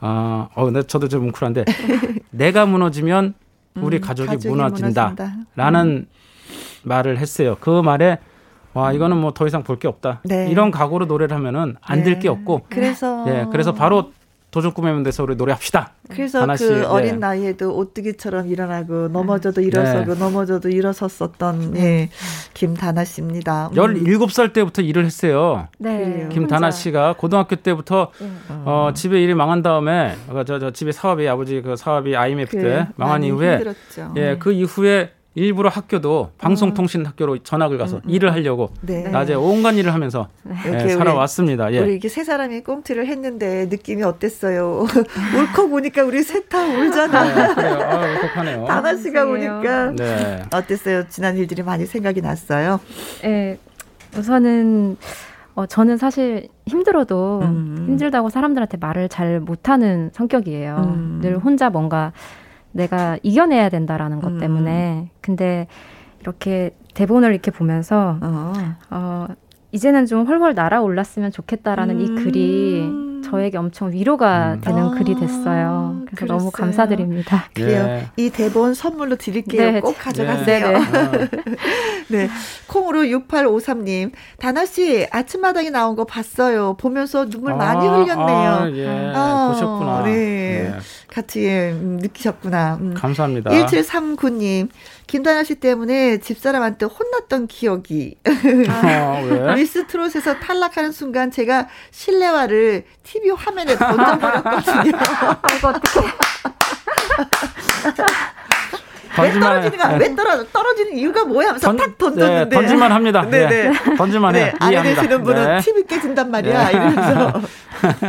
S5: 아, 어, 근데 저도 좀 뭉클한데 내가 무너지면 우리 가족이,
S1: 음, 가족이 무너진다. 음.
S5: 무너진다라는 말을 했어요. 그 말에 와 이거는 뭐 더 이상 볼 게 없다.
S1: 네.
S5: 이런 각오로 노래를 하면은 안 될 게
S1: 네. 어.
S5: 없고
S1: 그래서
S5: 예, 그래서 바로 도전 꾸며면돼서 우리 노래합시다.
S1: 그래서
S5: 하나씩,
S1: 그
S5: 네.
S1: 어린 나이에도 오뚜기처럼 일어나고 넘어져도
S5: 음. 네.
S1: 일어서고 넘어져도 일어섰었던 예, 김다나 씨입니다. 음.
S5: 17살 때부터 일을 했어요.
S4: 네.
S1: 그래요.
S5: 김다나
S4: 혼자.
S5: 씨가 고등학교 때부터
S1: 예.
S5: 어, 집에 일이 망한 다음에 어, 저, 저 집에 사업이 아버지 그 사업이 IMF
S1: 그래,
S5: 때 망한
S1: 많이
S5: 이후에
S1: 힘들었죠.
S5: 예, 그 이후에 일부러 학교도 방송통신 학교로 전학을 가서 일을 하려고
S1: 음, 네.
S5: 낮에 온갖 일을 하면서
S1: 이렇게
S5: 예,
S1: 우리-
S5: 살아왔습니다. 예.
S1: 우리 이게 세 사람이 꽁트를 했는데 느낌이 어땠어요? 울컥 보니까 우리 셋 다 울잖아.
S5: 네, 그래요. 아, 울컥하네요.
S1: 다나 씨가
S4: 죄송해요.
S1: 오니까
S5: 네.
S1: 어땠어요? 지난 일들이 많이 생각이 났어요.
S4: 예. 우선은 어, 저는 사실 힘들어도 힘들다고 사람들한테 말을 잘 못하는 성격이에요.
S1: 음.
S4: 늘 혼자 뭔가 내가 이겨내야 된다라는 것
S1: 음.
S4: 때문에. 근데 이렇게 대본을 이렇게 보면서
S1: 어.
S4: 어, 이제는 좀 훨훨 날아올랐으면
S1: 음.
S4: 좋겠다라는 이 글이 저에게 엄청 위로가 되는
S1: 아,
S4: 글이 됐어요. 그래서
S1: 그랬어요.
S4: 너무 감사드립니다.
S1: 그래요.
S5: 예.
S1: 이 대본 선물로 드릴게요.
S4: 네.
S1: 꼭
S5: 네,
S1: 가져가세요.
S5: 네.
S1: 네. 콩으로 6853님. 다나씨, 아침마당에 나온 거 봤어요. 보면서 눈물
S5: 아,
S1: 많이 흘렸네요.
S5: 아, 예.
S1: 아,
S5: 보셨구나.
S1: 네.
S5: 예.
S1: 같이 예, 음, 느끼셨구나. 음.
S5: 감사합니다.
S1: 1739님, 김다나 씨 때문에 집사람한테 혼났던 기억이.
S5: 아, 왜?
S1: 미스 트롯에서 탈락하는 순간 제가 실내화를 TV 화면에 던져버렸거든요.
S4: 아이고, 어떡해.
S1: 왜
S5: 던질만 해요.
S1: 떨어지는 거야? 왜 떨어져? 떨어지는 이유가 뭐야? 하면서 탁 던졌는데.
S5: 네, 던질만 합니다.
S1: 네,
S5: 네,
S1: 네.
S5: 던질만 해요.
S1: 네, 아니
S5: 이해합니다.
S1: 되시는 분은
S5: 네.
S1: TV 깨진단 말이야. 이러면서.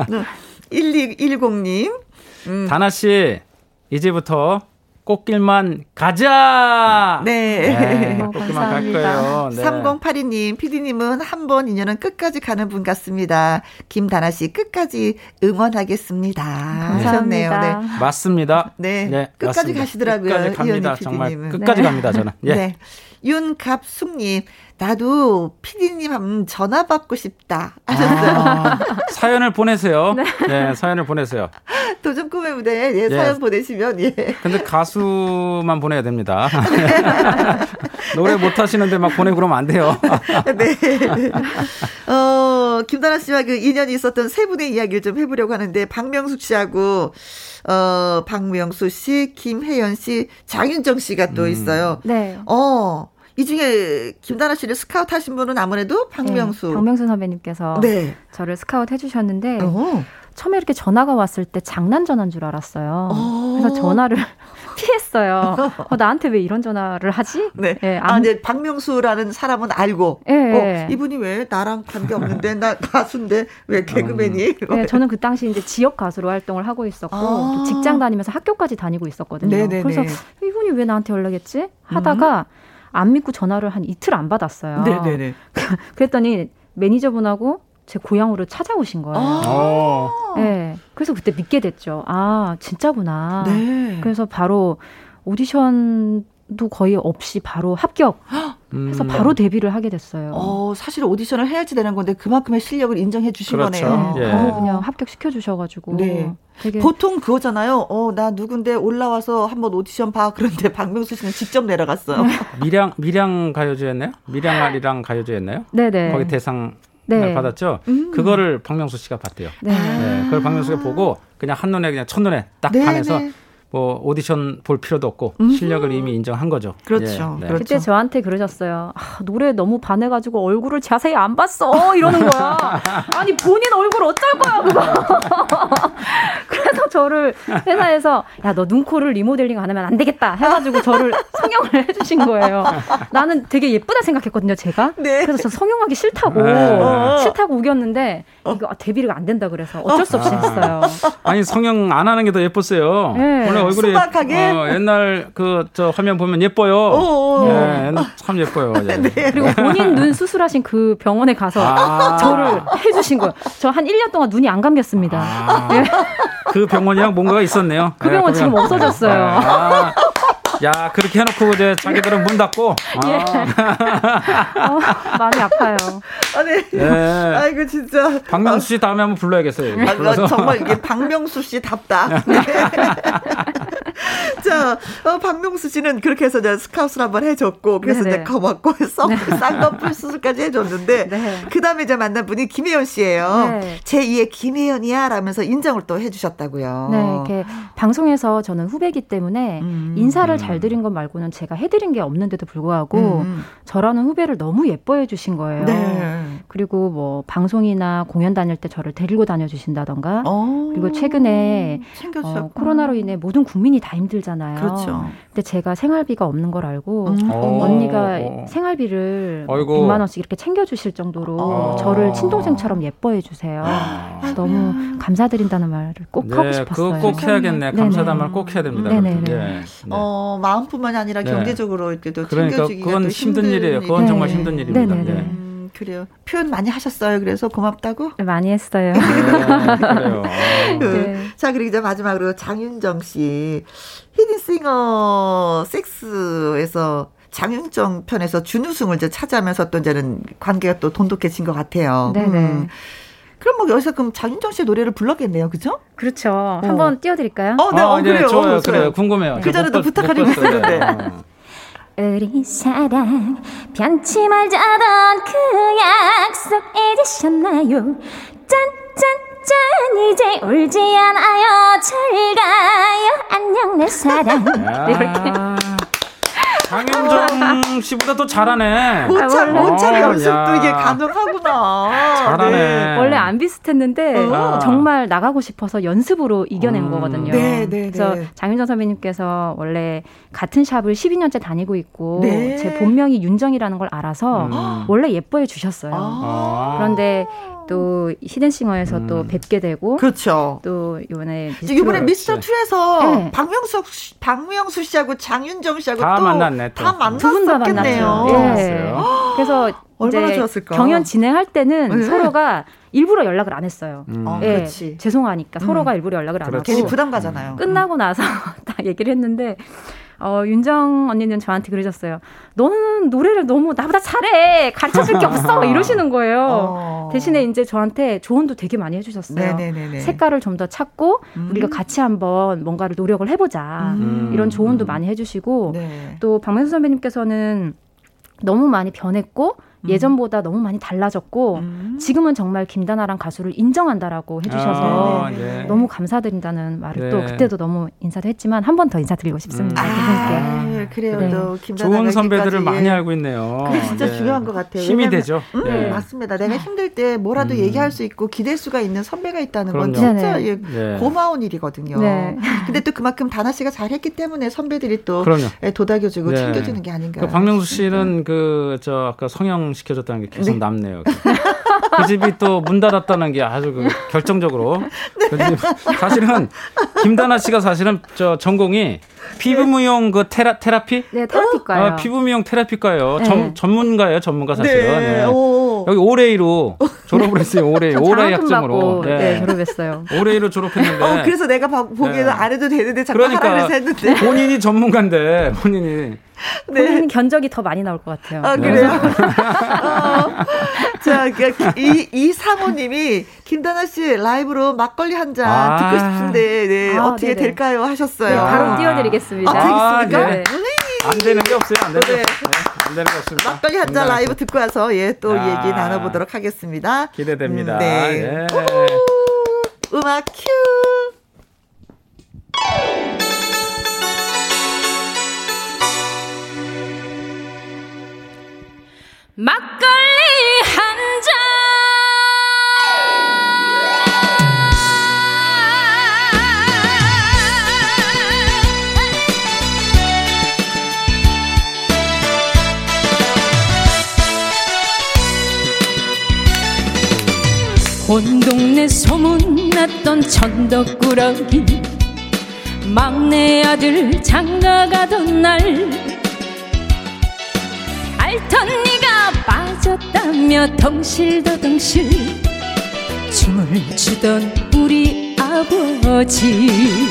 S1: 네. 1210님. 음.
S5: 다나 씨 이제부터 꽃길만 가자.
S1: 네.
S4: 너무
S5: 꽃길만 갈
S4: 감사합니다.
S5: 거예요. 네.
S1: 3082님, PD님은 한 번 인연은 끝까지 가는 분 같습니다. 김다나 씨 끝까지 응원하겠습니다.
S4: 감사합니다.
S1: 하셨네요. 네.
S5: 맞습니다.
S1: 네, 끝까지
S5: 맞습니다.
S1: 가시더라고요,
S5: 끝까지 갑니다.
S1: 이현희
S5: 정말
S1: PD님은.
S5: 끝까지
S4: 네.
S5: 갑니다. 저는. 예.
S1: 네. 윤갑숙님, 나도 피디님 한번 전화 받고 싶다.
S5: 아, 사연을 보내세요. 네. 사연을 보내세요.
S1: 도전 꿈의 무대에 예, 사연 보내시면, 예.
S5: 근데 가수만 보내야 됩니다. 노래 못 하시는데 막 보내고 그러면 안 돼요.
S1: 네. 어, 김다나 씨와 그 인연이 있었던 세 분의 이야기를 좀 해보려고 하는데, 박명숙 씨하고, 어, 박명수 씨, 김혜연 씨, 장윤정 씨가 또 있어요.
S4: 네.
S1: 어, 이 중에 김다나 씨를 스카우트 하신 분은 아무래도 박명수.
S4: 네, 박명수 선배님께서
S1: 네.
S4: 저를 스카웃 해주셨는데
S1: 어.
S4: 처음에 이렇게 전화가 왔을 때 장난 전화인 줄 알았어요.
S1: 어.
S4: 그래서 전화를 피했어요. 어, 나한테 왜 이런 전화를 하지?
S1: 네.
S4: 예,
S1: 아,
S4: 안-
S1: 이제 박명수라는 사람은 알고.
S4: 예, 예.
S1: 어, 이분이 왜 나랑 관계 없는데 나 가수인데 왜 개그맨이?
S4: 예, 저는 그 당시 이제 지역 가수로 활동을 하고 있었고
S1: 아.
S4: 또 직장 다니면서 학교까지 다니고 있었거든요.
S1: 네네네. 음.
S4: 그래서 이분이 왜 나한테 연락했지? 하다가 안 믿고 전화를 한 이틀 안 받았어요.
S1: 네네네.
S4: 그랬더니 매니저분하고 제 고향으로 찾아오신 거예요.
S5: 어.
S4: 예. 그래서 그때 믿게 됐죠. 아, 진짜구나.
S5: 음.
S1: 네.
S4: 그래서 바로 오디션도 거의 없이 바로 합격해서
S5: 음.
S4: 바로 데뷔를 하게 됐어요.
S1: 어, 사실 오디션을 해야지 되는 건데 그만큼의 실력을 인정해 주신
S5: 그렇죠.
S1: 거네요.
S5: 예.
S1: 어.
S4: 그냥 합격시켜 주셔가지고
S1: 네.
S4: 되게
S1: 보통 그거잖아요. 어, 나 누군데 올라와서 한번 오디션 봐. 그런데 박명수 씨는 직접
S4: 음.
S1: 내려갔어요.
S5: 미량 미량 가요제였나요? 미량 아리랑 가요제였나요?
S4: 네네
S5: 거기 대상을
S4: 네.
S5: 받았죠. 그거를 박명수 씨가 봤대요.
S4: 네.
S5: 네, 그걸 박명수가 보고 그냥 한눈에 그냥 첫눈에 딱
S1: 네,
S5: 반해서
S1: 네.
S5: 뭐 오디션 볼 필요도 없고 실력을 이미 인정한 거죠.
S1: 그렇죠.
S5: 예,
S1: 그렇죠.
S4: 그때 저한테 그러셨어요. 아, 노래 너무 반해가지고 얼굴을 자세히 안 봤어 이러는 거야. 아니 본인 얼굴 어쩔 거야 그거. 그래서 저를 회사에서 야 너 눈코를 리모델링 안 하면 안 되겠다 해가지고 저를 성형을 해주신 거예요. 나는 되게 예쁘다 생각했거든요 제가.
S1: 네. 어.
S4: 그래서 저 성형하기 싫다고
S5: 네.
S4: 싫다고 우겼는데 이거 아, 데뷔가 안 된다 그래서 어쩔 수 없이
S5: 아.
S4: 했어요.
S5: 아니 성형 안 하는 게 더 예뻤어요.
S4: 네.
S5: 원래 얼굴이
S1: 소박하게?
S5: 어, 옛날 그 저 화면 보면 예뻐요.
S1: 오, 오.
S5: 예, 옛날 참 예뻐요. 예.
S4: 그리고 본인 눈 수술하신 그 병원에 가서
S5: 아.
S4: 저를 해주신 거예요. 저 한 1년 동안 눈이 안 감겼습니다.
S5: 아,
S4: 예.
S5: 그 병원이랑 뭔가가 있었네요. 예,
S4: 그 병원 지금 없어졌어요.
S5: 아, 야 그렇게 해놓고 이제 자기들은 문 닫고.
S4: 예.
S5: 아,
S4: 어, 마음이 아파요.
S1: 아, 네.
S5: 예.
S1: 아이고, 진짜.
S5: 박명수 씨 다음에 한번 불러야겠어요.
S1: 아,
S5: 불러서.
S1: 아, 정말 이게 박명수 씨 답다. 네. 자, 어, 박명수 씨는 그렇게 해서 이제 스카웃을 한번 해줬고, 그래서
S4: 네네.
S1: 이제 커먹고, 쌍꺼풀 수술까지 해줬는데,
S4: 네.
S1: 그 다음에 이제 만난 분이 김혜연 씨예요.
S4: 네.
S1: 제2의 김혜연이야 라면서 인정을 또 해주셨다고요.
S4: 네, 이렇게 방송에서 저는 후배기 때문에
S1: 어. 음.
S4: 인사를 잘 드린 것 말고는 제가 해드린 게 없는데도 불구하고
S1: 음.
S4: 저라는 후배를 너무 예뻐해 주신 거예요.
S1: 네.
S4: 그리고 뭐 방송이나 공연 다닐 때 저를 데리고 다녀주신다던가
S1: 어.
S4: 그리고 최근에 어,
S1: 음, 챙겨주셨고.
S4: 코로나로 인해 모든 국민이 다 힘들잖아요.
S1: 그렇죠.
S4: 근데 제가 생활비가 없는 걸 알고
S1: 음.
S5: 어.
S4: 언니가
S5: 어.
S4: 생활비를 뭐
S5: 아이고.
S4: 100만 원씩 이렇게 챙겨주실 정도로
S5: 어.
S4: 저를 친동생처럼 예뻐해 주세요. 너무 감사드린다는 말을 꼭 아, 하고
S5: 네,
S4: 싶었어요.
S5: 그거 꼭 해야겠네.
S4: 네네.
S5: 감사단 말꼭 해야 됩니다.
S4: 네네네.
S5: 그렇게. 예. 네.
S1: 어, 마음뿐만이 아니라
S5: 네.
S1: 경제적으로 이렇게 또
S5: 그러니까
S1: 챙겨주기가
S5: 그건
S1: 또
S5: 힘든 일이에요. 그건
S1: 일이니까.
S5: 정말 힘든 일입니다.
S4: 네네네.
S5: 예.
S1: 음, 그래요. 표현 많이 하셨어요. 그래서 고맙다고.
S4: 많이 했어요.
S5: 네, 그래요. 아.
S4: 네.
S1: 자 그리고 이제 마지막으로 장윤정 씨 히든싱어 섹스에서 장윤정 편에서 준우승을 이제 차지하면서 또 이제는 관계가 또 돈독해진 것 같아요. 음.
S4: 네네.
S1: 그럼 뭐 여기서 그럼 장윤정 씨의 노래를 불렀겠네요, 그죠?
S4: 그렇죠. 한번 띄워드릴까요?
S1: 어, 네,
S5: 아,
S1: 어,
S5: 예,
S1: 그래요.
S5: 좋아요.
S1: 어,
S5: 그래요. 궁금해요. 네,
S1: 그 전에도 부탁하려고 했었는데.
S6: 우리 사랑 변치 말자던 그 약속 잊으셨나요 짠짠짠 이제 울지 않아요 잘 가요 안녕 내 사랑
S5: 네. 장윤정 씨보다 더 아. 잘하네.
S1: 모차,
S4: 아,
S5: 원래-
S1: 모차
S5: 어,
S1: 연습도
S5: 야.
S1: 이게 가능하구나.
S5: 잘하네.
S1: 네.
S4: 원래 안 비슷했는데
S5: 어.
S4: 정말 나가고 싶어서 연습으로 이겨낸
S5: 음.
S4: 거거든요.
S1: 네, 네,
S4: 그래서
S1: 네.
S4: 장윤정 선배님께서 원래 같은 샵을 12년째 다니고 있고
S1: 네.
S4: 제 본명이 윤정이라는 걸 알아서
S5: 음.
S4: 원래 예뻐해 주셨어요.
S5: 아.
S4: 그런데 또 히든싱어에서
S5: 음.
S4: 또 뵙게 되고
S1: 그렇죠.
S4: 또 이번에 미스터-
S1: 이번에
S5: 그렇죠.
S1: 미스터
S5: 그렇지.
S1: 2에서
S4: 네.
S1: 박명수 씨, 박명수 씨하고 장윤정 씨하고
S5: 다
S1: 또 아,
S5: 만났네, 또.
S1: 다
S4: 두 분 다
S1: 만났었겠네요.
S4: 만났죠.
S5: 만났어요.
S4: 그래서
S1: 얼마나
S4: 이제
S1: 좋았을까?
S4: 경연 진행할 때는
S1: 그러니까. 네.
S4: 서로가 일부러 연락을 안 했어요.
S5: 음.
S1: 어,
S4: 예,
S1: 그렇지.
S4: 죄송하니까
S1: 음.
S4: 서로가 일부러 연락을 안
S5: 그렇지.
S1: 괜히
S4: 하고
S1: 부담 가잖아요.
S4: 끝나고 나서 다 얘기를 했는데 어, 윤정 언니는 저한테 그러셨어요. 너는 노래를 너무 나보다 잘해 가르쳐줄 게 없어 이러시는 거예요.
S1: 어.
S4: 대신에 이제 저한테 조언도 되게 많이 해주셨어요.
S1: 네네네네.
S4: 색깔을 좀 더 찾고
S1: 음.
S4: 우리가 같이 한번 뭔가를 노력을 해보자
S1: 음.
S4: 이런 조언도
S5: 음.
S4: 많이 해주시고
S1: 네.
S4: 또 박명수 선배님께서는 너무 많이 변했고
S5: 음.
S4: 예전보다 너무 많이 달라졌고
S1: 음.
S4: 지금은 정말 김다나랑 가수를 인정한다라고 해주셔서
S5: 아, 네.
S4: 너무 감사드린다는 말을
S5: 네.
S4: 또 그때도 너무 인사도 했지만 한 번 더 인사드리고 싶습니다.
S5: 음.
S4: 아~
S1: 아, 그래요.
S4: 네.
S1: 또 김다나가
S5: 좋은 선배들을
S1: 이렇게까지,
S5: 많이
S1: 예.
S5: 알고 있네요.
S1: 그게 진짜
S5: 네.
S1: 중요한 것 같아요.
S5: 힘이
S1: 왜냐면-
S5: 되죠.
S1: 음,
S5: 예.
S1: 맞습니다.
S4: 네.
S1: 내가 힘들 때 뭐라도
S5: 음.
S1: 얘기할 수 있고 기댈 수가 있는 선배가 있다는 건
S5: 그럼요.
S1: 진짜
S4: 네네.
S1: 예,
S5: 네.
S1: 고마운 일이거든요.
S4: 네.
S1: 근데 또 그만큼 다나 씨가 잘했기 때문에 선배들이 또
S5: 그럼요.
S1: 예, 도닥여주고
S5: 네.
S1: 챙겨주는 게 아닌가.
S5: 그 박명수 씨는 그 저 아까 성형 시켜줬다는 게 계속 남네요. 그 집이 또 문 닫았다는 게 아주 그 결정적으로.
S1: 네.
S5: 그 집- 사실은 김다나 씨가 사실은 저 전공이 피부 미용 그 테라 테라피?
S4: 네, 테라피과요.
S5: 아, 피부 미용 테라피과예요.
S4: 네.
S5: 전 전문가예요, 전문가 사실은.
S1: 네.
S5: 예.
S1: 오.
S5: 여기 올해이로 졸업을 했어요. 올해
S4: 전
S5: 올해
S4: 장학금
S5: 학점으로.
S4: 아, 받고 네,
S5: 네.
S4: 졸업했어요.
S5: 올해이로 졸업했는데.
S1: 어, 그래서 내가 봐- 보기에는
S5: 네.
S1: 안 해도 되는데 자꾸 하라
S5: 그러니까
S1: 그래서 했는데. 네.
S5: 본인이 전문가인데 본인이 네.
S4: 본인 견적이 더 많이 나올 것 같아요.
S1: 아, 그래요? 어, 자, 그러니까 이, 이 사모님이 김다나 씨 라이브로 막걸리 한 잔
S5: 아.
S1: 듣고 싶은데, 네,
S4: 아,
S1: 어떻게
S4: 네네.
S1: 될까요? 하셨어요.
S4: 네, 바로
S5: 아.
S4: 띄워드리겠습니다.
S5: 아, 되겠습니까?
S4: 네.
S5: 안 되는 게 없어요. 안 되는 게
S1: 네.
S5: 없어요. 안 되는 게 없습니다.
S1: 막걸리 한 잔
S5: 장난
S1: 라이브 듣고 와서, 예, 또
S5: 야.
S1: 얘기 나눠보도록 하겠습니다.
S5: 기대됩니다.
S1: 음, 네.
S5: 예.
S1: 우, 음악 큐!
S6: 막걸리 한잔 온 동네 소문났던 천덕꾸러기 막내 아들 장가가던 날 알던 네가 빠졌다며 덩실더덩실 춤을 추던 우리 아버지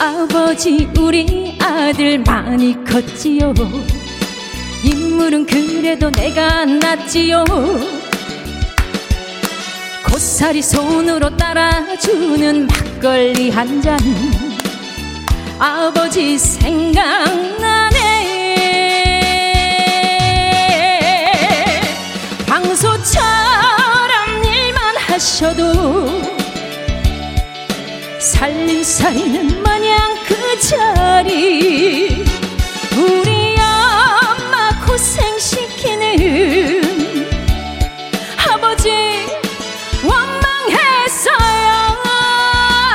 S6: 아버지 우리 아들 많이 컸지요 인물은 그래도 내가 낫지요 고사리 손으로 따라주는 막걸리 한 잔 아버지 생각나네 방소처럼 일만 하셔도 살림살이는 마냥 그 자리 우리 엄마 고생시키는 아버지 원망했어요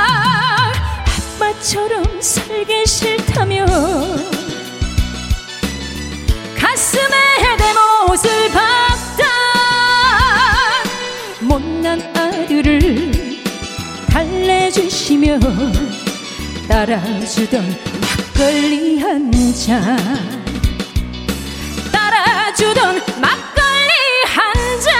S6: 아빠처럼 살기 싫다며 가슴에 대못을 박다 못난 아들을 달래주시며 따라주던 막걸리 한 잔 따라주던 막걸리 한 잔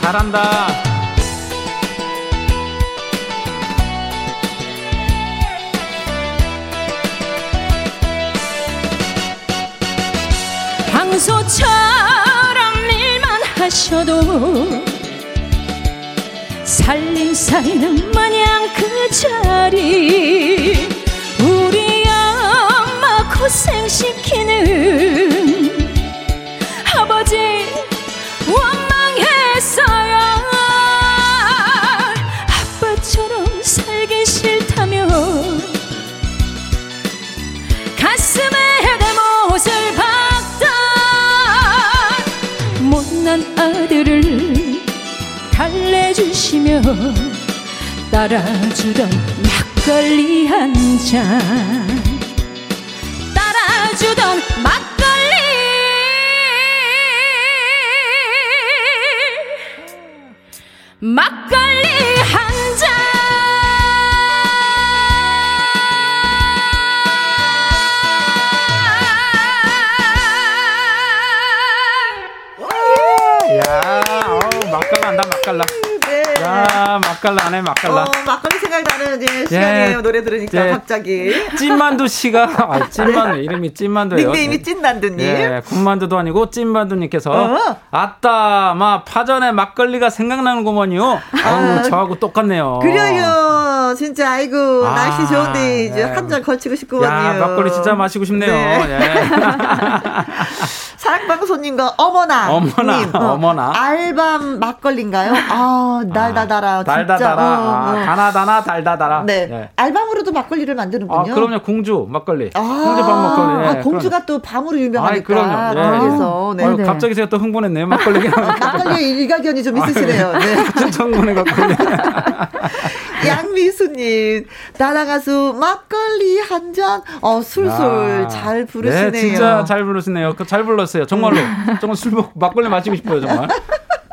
S5: 잘한다.
S6: 방소처럼 일만 하셔도 살림살이는 마냥 그 자리 우리 엄마 고생시키는 아버지 원망했어요 아빠처럼 살기 싫다며 가슴에 대못을 박다 못난 아들을 달래주시며 따라주던 막걸리 한 잔 따라주던 막걸리 막걸리 한 잔
S5: 야, 어우, 맛깔난다, 아, 맛깔나.
S1: 네.
S5: 야, 맛깔나네,
S1: 어,
S5: 맛깔나.
S1: 막걸리 생각나는 이제 시간이에요. 노래 들으니까
S5: 예.
S1: 갑자기.
S5: 찐만두 씨가, 아, 찐만두, 이름이 찐만두예요.
S1: 닉네임이 찐난드님.
S5: 어, 예, 군만두도 아니고 찐만두님께서
S1: 어.
S5: 아따 마 파전에 막걸리가 생각나는구먼요. 아우 저하고 똑같네요.
S1: 그 그래요. 진짜 아이고
S5: 어. 아,
S1: 날씨 좋은데 이제
S5: 예.
S1: 한잔 걸치고 싶구만요.
S5: 야 막걸리 진짜 마시고 싶네요.
S1: 네.
S5: 예.
S1: 사랑방송님과 어머나.
S5: 어머나,
S1: 님,
S5: 어머나.
S1: 알밤 막걸리인가요? 아, 달다달아. 진짜.
S5: 달다달아,
S1: 어, 어.
S5: 아, 다나다나 달다달아.
S1: 네.
S5: 예.
S1: 알밤으로도 막걸리를 만드는군요.
S5: 아 그럼요 공주 막걸리.
S1: 아,
S5: 공주 밥 막걸리. 예,
S1: 아, 공주가 또 밤으로
S5: 그럼요. 아이,
S1: 유명하니까.
S5: 그럼요. 예, 예.
S1: 그래서 네.
S5: 아유,
S4: 네.
S5: 갑자기 제가 또 흥분했네요 막걸리.
S1: 막걸리에 일가견이 좀 있으시네요. 네.
S5: 충청분해갖고
S1: 양미수님, 나라가수 막걸리 한 잔, 어, 술술
S5: 아.
S1: 잘 부르시네요. 음.
S5: 네, 진짜 잘 부르시네요. 그 잘 불렀어요. 정말로. 정말 술 먹, 막걸리 마시고 싶어요, 정말.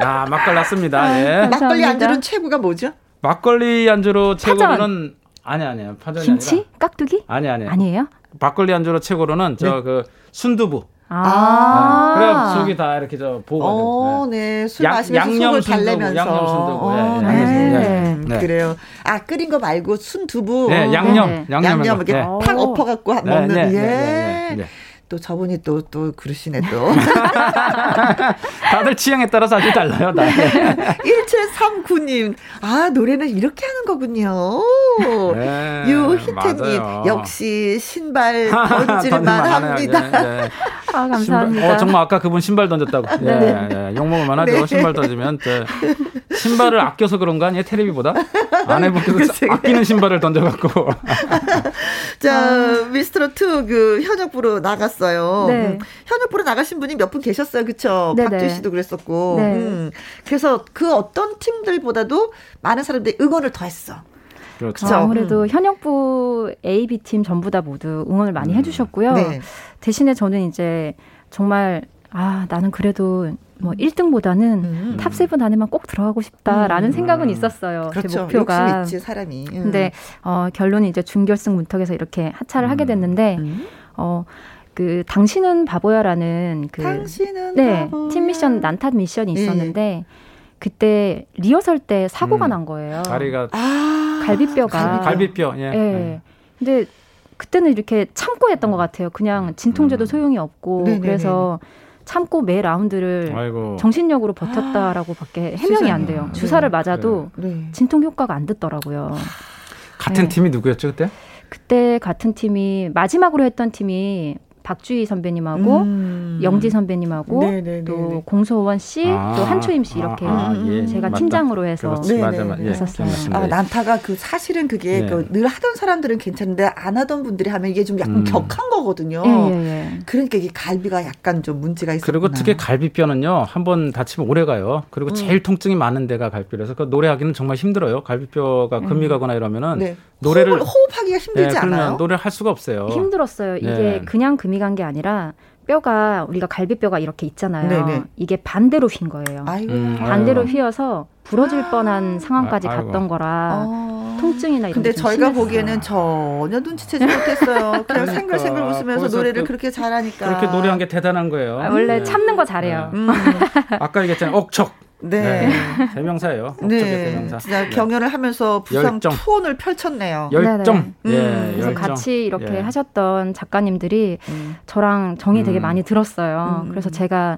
S5: 야, 막걸랐습니다. 예.
S1: 막걸리
S4: 감사합니다.
S1: 안주는 최고가 뭐죠?
S5: 막걸리 안주로
S4: 파전.
S5: 최고로는 아니 아니에요. 파전이
S4: 김치? 깍두기?
S5: 아니라. 아니 아니. 아니.
S4: 아니에요?
S5: 막걸리 안주로 최고로는
S1: 네.
S5: 저 그 순두부.
S4: 아.
S5: 그래 속이 다 이렇게 저
S1: 어,
S5: 보거든요.
S1: 네. 술
S5: 양-
S1: 마시면서
S5: 양념
S1: 속을
S5: 순두부,
S1: 달래면서.
S5: 양념 순두부,
S1: 어,
S5: 예,
S1: 네.
S4: 양념 순두부,
S5: 예. 네.
S1: 그래요. 아, 끓인 거 말고 순두부. 어,
S5: 네,
S4: 네.
S5: 양념, 양념
S1: 양념 이렇게
S5: 네.
S1: 팍 엎어갖고
S5: 네,
S1: 먹는
S5: 네,
S1: 예.
S5: 네, 네, 네, 네.
S1: 또 저분이 또 또 그러시네 또.
S5: 다들 취향에 따라서 아주 달라요. 다.
S1: 1739님. 아, 노래는 이렇게 하는 거군요.
S5: 네,
S1: 유희태님.
S5: 맞아요.
S1: 역시 신발
S5: 던질만
S1: 던질만
S5: 하네요.
S1: 합니다.
S5: 예, 예.
S4: 아,
S5: 신발,
S4: 감사합니다. 네.
S5: 어, 정말 아까 그분 신발 던졌다고. 예, 예, 욕먹을 만하죠.
S1: 네.
S5: 신발 던지면. 저, 신발을 아껴서 그런 거 아니에요? 테레비보다? 아내분께서
S1: 글쎄요.
S5: 아끼는 신발을 던져갖고.
S4: 어.
S1: 자, 미스트로 투 그 현역부로 나갔어요.
S4: 아. 네.
S1: 음, 현역부로 나가신 분이 몇 분 계셨어요. 그쵸?
S4: 네네.
S1: 박주 씨도 그랬었고.
S4: 네.
S1: 음. 그래서 그 어떤 팀들보다도 많은 사람들이 응원을 더 했어.
S5: 그렇죠.
S4: 어, 아무래도 현역부 AB 팀 전부 다 모두 응원을 많이 해주셨고요.
S1: 네.
S4: 대신에 저는 이제 정말 아 나는 그래도 뭐 1등보다는
S1: 음.
S4: 탑 세븐 안에만 꼭 들어가고 싶다라는
S5: 음.
S4: 생각은 있었어요. 제
S1: 그렇죠. 욕심
S4: 목표가.
S1: 있지 사람이. 음.
S4: 근데 어, 결론이 이제 준결승 문턱에서 이렇게 하차를 하게 됐는데
S1: 음.
S4: 어그 당신은 바보야라는 그
S1: 당신은
S4: 네,
S1: 바보야.
S4: 팀 미션 난타 미션이
S1: 예.
S4: 있었는데 그때 리허설 때 사고가
S5: 음.
S4: 난 거예요.
S5: 다리가
S1: 아
S4: 갈비뼈가
S5: 갈비뼈. 예.
S4: 예. 근데 그때는 이렇게 참고 했던 것 같아요. 그냥 진통제도
S5: 음.
S4: 소용이 없고
S1: 네네네.
S4: 그래서 참고 매 라운드를
S5: 아이고.
S4: 정신력으로
S1: 아,
S4: 버텼다라고밖에 해명이 안 돼요.
S5: 세상에.
S4: 주사를 맞아도
S1: 네.
S4: 진통 효과가 안 듣더라고요.
S5: 아. 같은
S4: 네.
S5: 팀이 누구였죠 그때?
S4: 그때 같은 팀이 마지막으로 했던 팀이 박주희 선배님하고
S1: 음.
S4: 영지 선배님하고
S1: 네네네네.
S4: 또 공소원 씨,
S5: 아,
S4: 예, 또 한초임 씨 이렇게 음,
S5: 아, 아, 예.
S4: 제가
S5: 맞다.
S4: 팀장으로 해서
S5: 그렇지
S1: 네,
S5: 맞아
S1: 네,
S5: 맞아.
S1: 네.
S5: 예,
S4: 했었어요.
S5: 기억났습니다.
S1: 아,
S5: 예.
S1: 난타가 그 사실은 그게
S5: 네.
S1: 그늘 하던 사람들은 괜찮은데 안 하던 분들이 하면 이게 좀 약간
S5: 음.
S1: 격한 거거든요.
S4: 예, 예, 예.
S1: 그러니까 이게 갈비가 약간 좀 문제가 있었구나.
S5: 그리고 특히 갈비뼈는요 한 번 다치면 오래 가요. 그리고
S4: 음.
S5: 제일 통증이 많은 데가 갈비뼈라서 그 노래하기는 정말 힘들어요. 갈비뼈가
S4: 음.
S5: 금이 가거나 이러면은
S1: 네.
S5: 노래를
S1: 호흡, 호흡하기가 힘들지
S5: 예, 그러면
S1: 않아요?
S5: 노래를 할 수가 없어요.
S4: 힘들었어요. 이게
S5: 네.
S4: 그냥 금이 간 게 아니라 뼈가 우리가 갈비뼈가 이렇게 있잖아요.
S1: 네네.
S4: 이게 반대로 휜 거예요.
S1: 아이고.
S5: 음,
S4: 반대로
S5: 아유.
S4: 휘어서 부러질 뻔한 상황까지
S5: 아, 아이고.
S4: 갔던 거라
S1: 어.
S4: 통증이나 이런
S1: 근데
S4: 게좀
S1: 저희가
S4: 심했어요.
S1: 보기에는 전혀 눈치채지 못했어요. 그냥
S5: 그러니까.
S1: 생글생글 웃으면서
S5: 거기서
S1: 노래를
S5: 그-
S1: 그렇게 잘하니까.
S5: 그렇게 노래한 게 대단한 거예요.
S4: 그러니까 아, 원래
S5: 예.
S4: 참는 거 잘해요.
S5: 네.
S1: 음.
S5: 아까 얘기했잖아요. 억척.
S1: 네.
S5: 대명사예요. 억척의
S1: 네.
S5: 대명사.
S1: 진짜
S5: 예.
S1: 경연을 하면서 부상
S5: 열정.
S1: 투혼을 펼쳤네요.
S5: 열정.
S1: 네, 네.
S5: 예,
S1: 음,
S4: 그래서
S5: 열정.
S4: 같이 이렇게
S5: 예.
S4: 하셨던 작가님들이
S1: 음.
S4: 저랑 정이 되게
S5: 음.
S4: 많이 들었어요.
S1: 음.
S4: 그래서 제가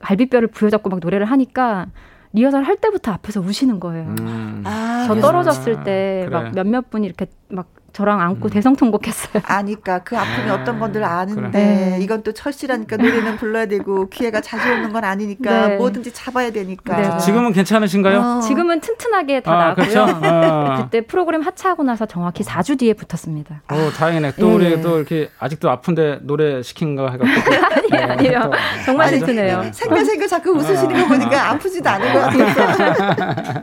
S4: 갈비뼈를 부여잡고 막 노래를 하니까 리허설 할 때부터 앞에서 우시는 거예요.
S5: 음.
S1: 아,
S4: 저
S5: 네.
S4: 떨어졌을
S5: 아,
S4: 때 막
S5: 그래. 음.
S4: 몇몇 분이 이렇게 막 저랑 안고 대성통곡했어요.
S1: 아니까 그 아픔이
S5: 아,
S1: 어떤 건들 아는데
S4: 그래. 네.
S1: 이건 또 철시라니까 노래는 불러야 되고 귀에가 자주 오는 건 아니니까
S4: 네.
S1: 뭐든지 잡아야 되니까
S4: 네.
S5: 지금은 괜찮으신가요?
S1: 어.
S4: 지금은 튼튼하게 다
S5: 아, 어.
S4: 나고요. 네,
S5: 그렇죠. 어.
S4: 그때 프로그램 하차하고 나서 정확히 4주 뒤에 붙었습니다.
S5: 오, 다행이네. 또
S4: 예.
S5: 우리 또 이렇게 아직도 아픈데 노래 시킨 거 해갖고. 아니요,
S4: 아니에요. 정말
S1: 아니,
S5: 네.
S4: 튼튼해요. 음.
S1: 생글생글 자꾸 웃으시는 거 보니까 아프지도 않은 것 같아요.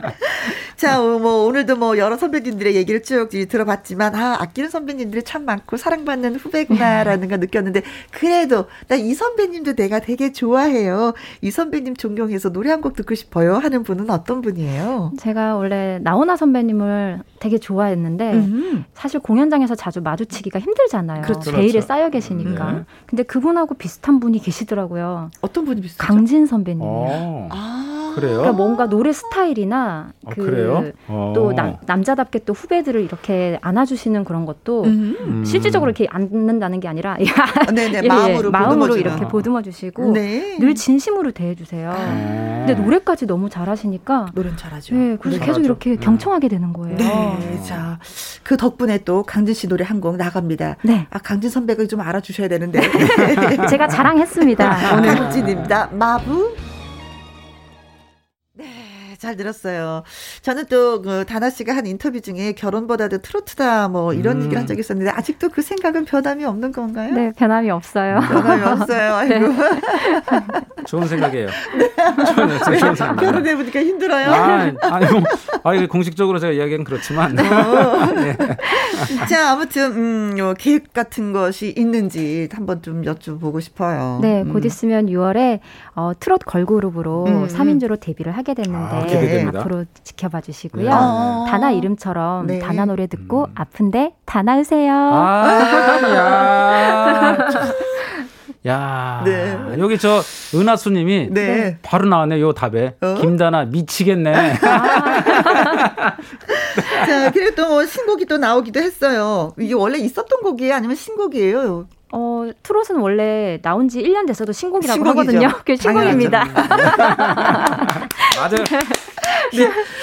S1: 자, 어, 뭐 오늘도 뭐 여러 선배님들의 얘기를 쭉 이- 들어봤지만 아 아끼는 선배님들이 참 많고 사랑받는 후배구나라는 걸 느꼈는데 그래도 나 이 선배님도 내가 되게 좋아해요. 이 선배님 존경해서 노래 한 곡 듣고 싶어요 하는 분은 어떤 분이에요?
S4: 제가 원래 나훈아 선배님을 되게 좋아했는데
S1: 음.
S4: 사실 공연장에서 자주 마주치기가 힘들잖아요.
S1: 그렇죠.
S4: 제일에
S5: 그렇죠.
S4: 쌓여 계시니까.
S5: 네. 그렇죠.
S4: 근데 그분하고 비슷한 분이 계시더라고요.
S1: 어떤 분이 비슷하죠?
S4: 강진 선배님.
S5: 어,
S1: 아.
S5: 그래요?
S4: 그러니까 뭔가 노래 스타일이나
S5: 아,
S4: 그
S5: 그래요? 어.
S4: 또 남, 남자답게 또 후배들을 이렇게 안아주시는 그런 것도
S1: 음.
S5: 음.
S4: 실질적으로 이렇게 안는다는 게 아니라
S1: 아, 네네
S4: 예, 예,
S1: 마음으로 보듬어주는.
S4: 이렇게 보듬어 주시고
S1: 네.
S4: 늘 진심으로 대해 주세요.
S5: 음.
S4: 근데 노래까지 너무 잘하시니까
S1: 노래는 잘하죠.
S4: 예, 그래서
S5: 잘하죠.
S4: 계속 이렇게
S5: 음.
S4: 경청하게 되는 거예요. 어.
S1: 네, 자, 그 덕분에 또 강진 씨 노래 한 곡 나갑니다.
S4: 네.
S1: 아, 강진 선배가 좀 알아주셔야 되는데.
S4: 제가 자랑했습니다.
S1: 네.
S4: 오늘
S1: 강진입니다. 마부. 네, 잘 들었어요. 저는 또, 그, 다나 씨가 한 인터뷰 중에 결혼보다도 트로트다, 뭐, 이런
S5: 음.
S1: 얘기를 한 적이 있었는데, 아직도 그 생각은 변함이 없는 건가요?
S4: 네, 변함이 없어요.
S1: 변함이 없어요. 아이고.
S5: 좋은 생각이에요. 저는 진짜 좋은 생각.
S1: 결혼해보니까 힘들어요.
S5: 아, 아니, 뭐, 아니, 공식적으로 제가 이야기는 그렇지만.
S1: 자, 아무튼, 음, 요 계획 같은 것이 있는지 한번 좀 여쭤보고 싶어요.
S4: 네,
S1: 음.
S4: 곧 있으면 6월에 어, 트롯
S1: 음, 음.
S4: 걸그룹으로 삼 3인조로 데뷔를 하게
S5: 아,
S4: 됐는데
S5: 기대됩니다.
S4: 앞으로 지켜봐 주시고요.
S5: 네. 아.
S4: 다나 이름처럼
S1: 네.
S4: 다나 노래 듣고
S5: 음.
S4: 아픈데 다나으세요.
S5: 아, 야. 야.
S1: 네.
S5: 여기 저 은하수님이
S1: 네.
S5: 바로 나왔네, 요 답에.
S1: 어?
S5: 김다나 미치겠네.
S1: 자, 그리고 또 뭐 신곡이 또 나오기도 했어요. 이게 원래 있었던 곡이에요? 아니면 신곡이에요?
S4: 어, 트롯은 원래 나온 지 1년 돼서도 신곡이라고
S1: 신곡이죠.
S4: 하거든요. 그게 신곡입니다.
S5: 맞아요.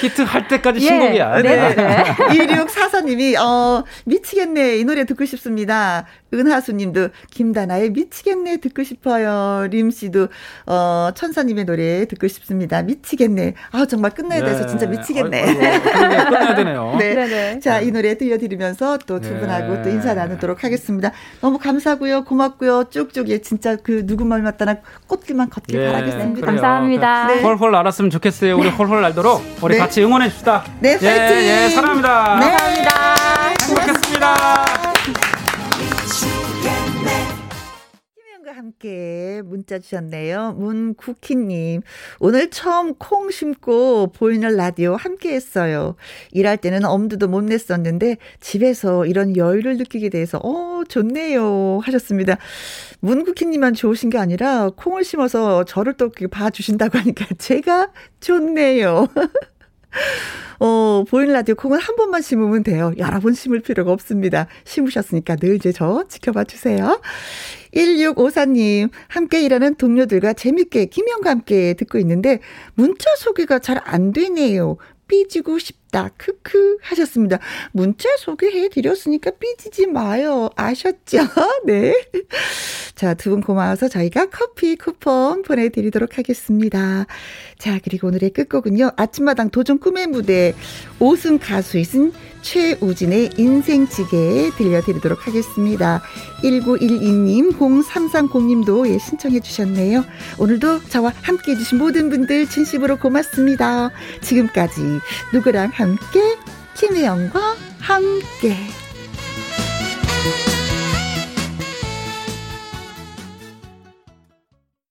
S5: 히트 할 때까지 신곡이야.
S4: 예, 네.
S5: 아,
S4: 네.
S1: 1644님이, 어, 미치겠네. 이 노래 듣고 싶습니다. 은하수님도, 김다나의 미치겠네. 듣고 싶어요. 림씨도, 어, 천사님의 노래 듣고 싶습니다. 미치겠네. 아, 정말 끝나야 돼서
S5: 네.
S1: 진짜 미치겠네.
S5: 아이고, 아이고, 끝내야 끝내야 어? 되네요.
S1: 네.
S4: 네네.
S1: 자, 이 노래 들려드리면서 또 두
S5: 네.
S1: 분하고 또 인사 나누도록 하겠습니다. 너무 감사하고요. 고맙고요. 쭉쭉 예, 진짜 그 누구 말 맞다나 꽃길만 걷길
S5: 예,
S1: 바라겠습니다.
S5: 그래요.
S4: 감사합니다.
S5: 그 홀홀 알았으면 좋겠어요. 우리 홀홀 알도록 우리
S1: 네.
S5: 같이 응원해 줍시다.
S1: 네,
S5: 예,
S1: 파이팅! 네,
S5: 예, 사랑합니다.
S1: 감사합니다.
S3: 감사합니다.
S1: 김혜영과 함께 문자 주셨네요. 문국희님. 오늘 처음 콩 심고 보이는 라디오 함께 했어요. 일할 때는 엄두도 못 냈었는데 집에서 이런 여유를 느끼게 돼서, 어, 좋네요. 하셨습니다. 문국희님만 좋으신 게 아니라 콩을 심어서 저를 또 이렇게 봐주신다고 하니까 제가 좋네요. 어, 보이는 라디오 콩은 한 번만 심으면 돼요. 여러 번 심을 필요가 없습니다. 심으셨으니까 늘 이제 저 지켜봐 주세요. 1654님, 함께 일하는 동료들과 재밌게 김영과 함께 듣고 있는데, 문자 소개가 잘 안 되네요. 삐지고 싶다. 크크 하셨습니다. 문자 소개해 드렸으니까 삐지지 마요. 아셨죠? 네. 자, 두 분 고마워서 저희가 커피 쿠폰 보내드리도록 하겠습니다. 자, 그리고 오늘의 끝곡은요. 아침마당 도전 꿈의 무대 5승 가수이신 최우진의 인생지게 들려드리도록 하겠습니다. 1912님, 0330님도 예, 신청해 주셨네요. 오늘도 저와 함께 해주신 모든 분들 진심으로 고맙습니다. 지금까지 누구랑 함께, 김혜영과 함께.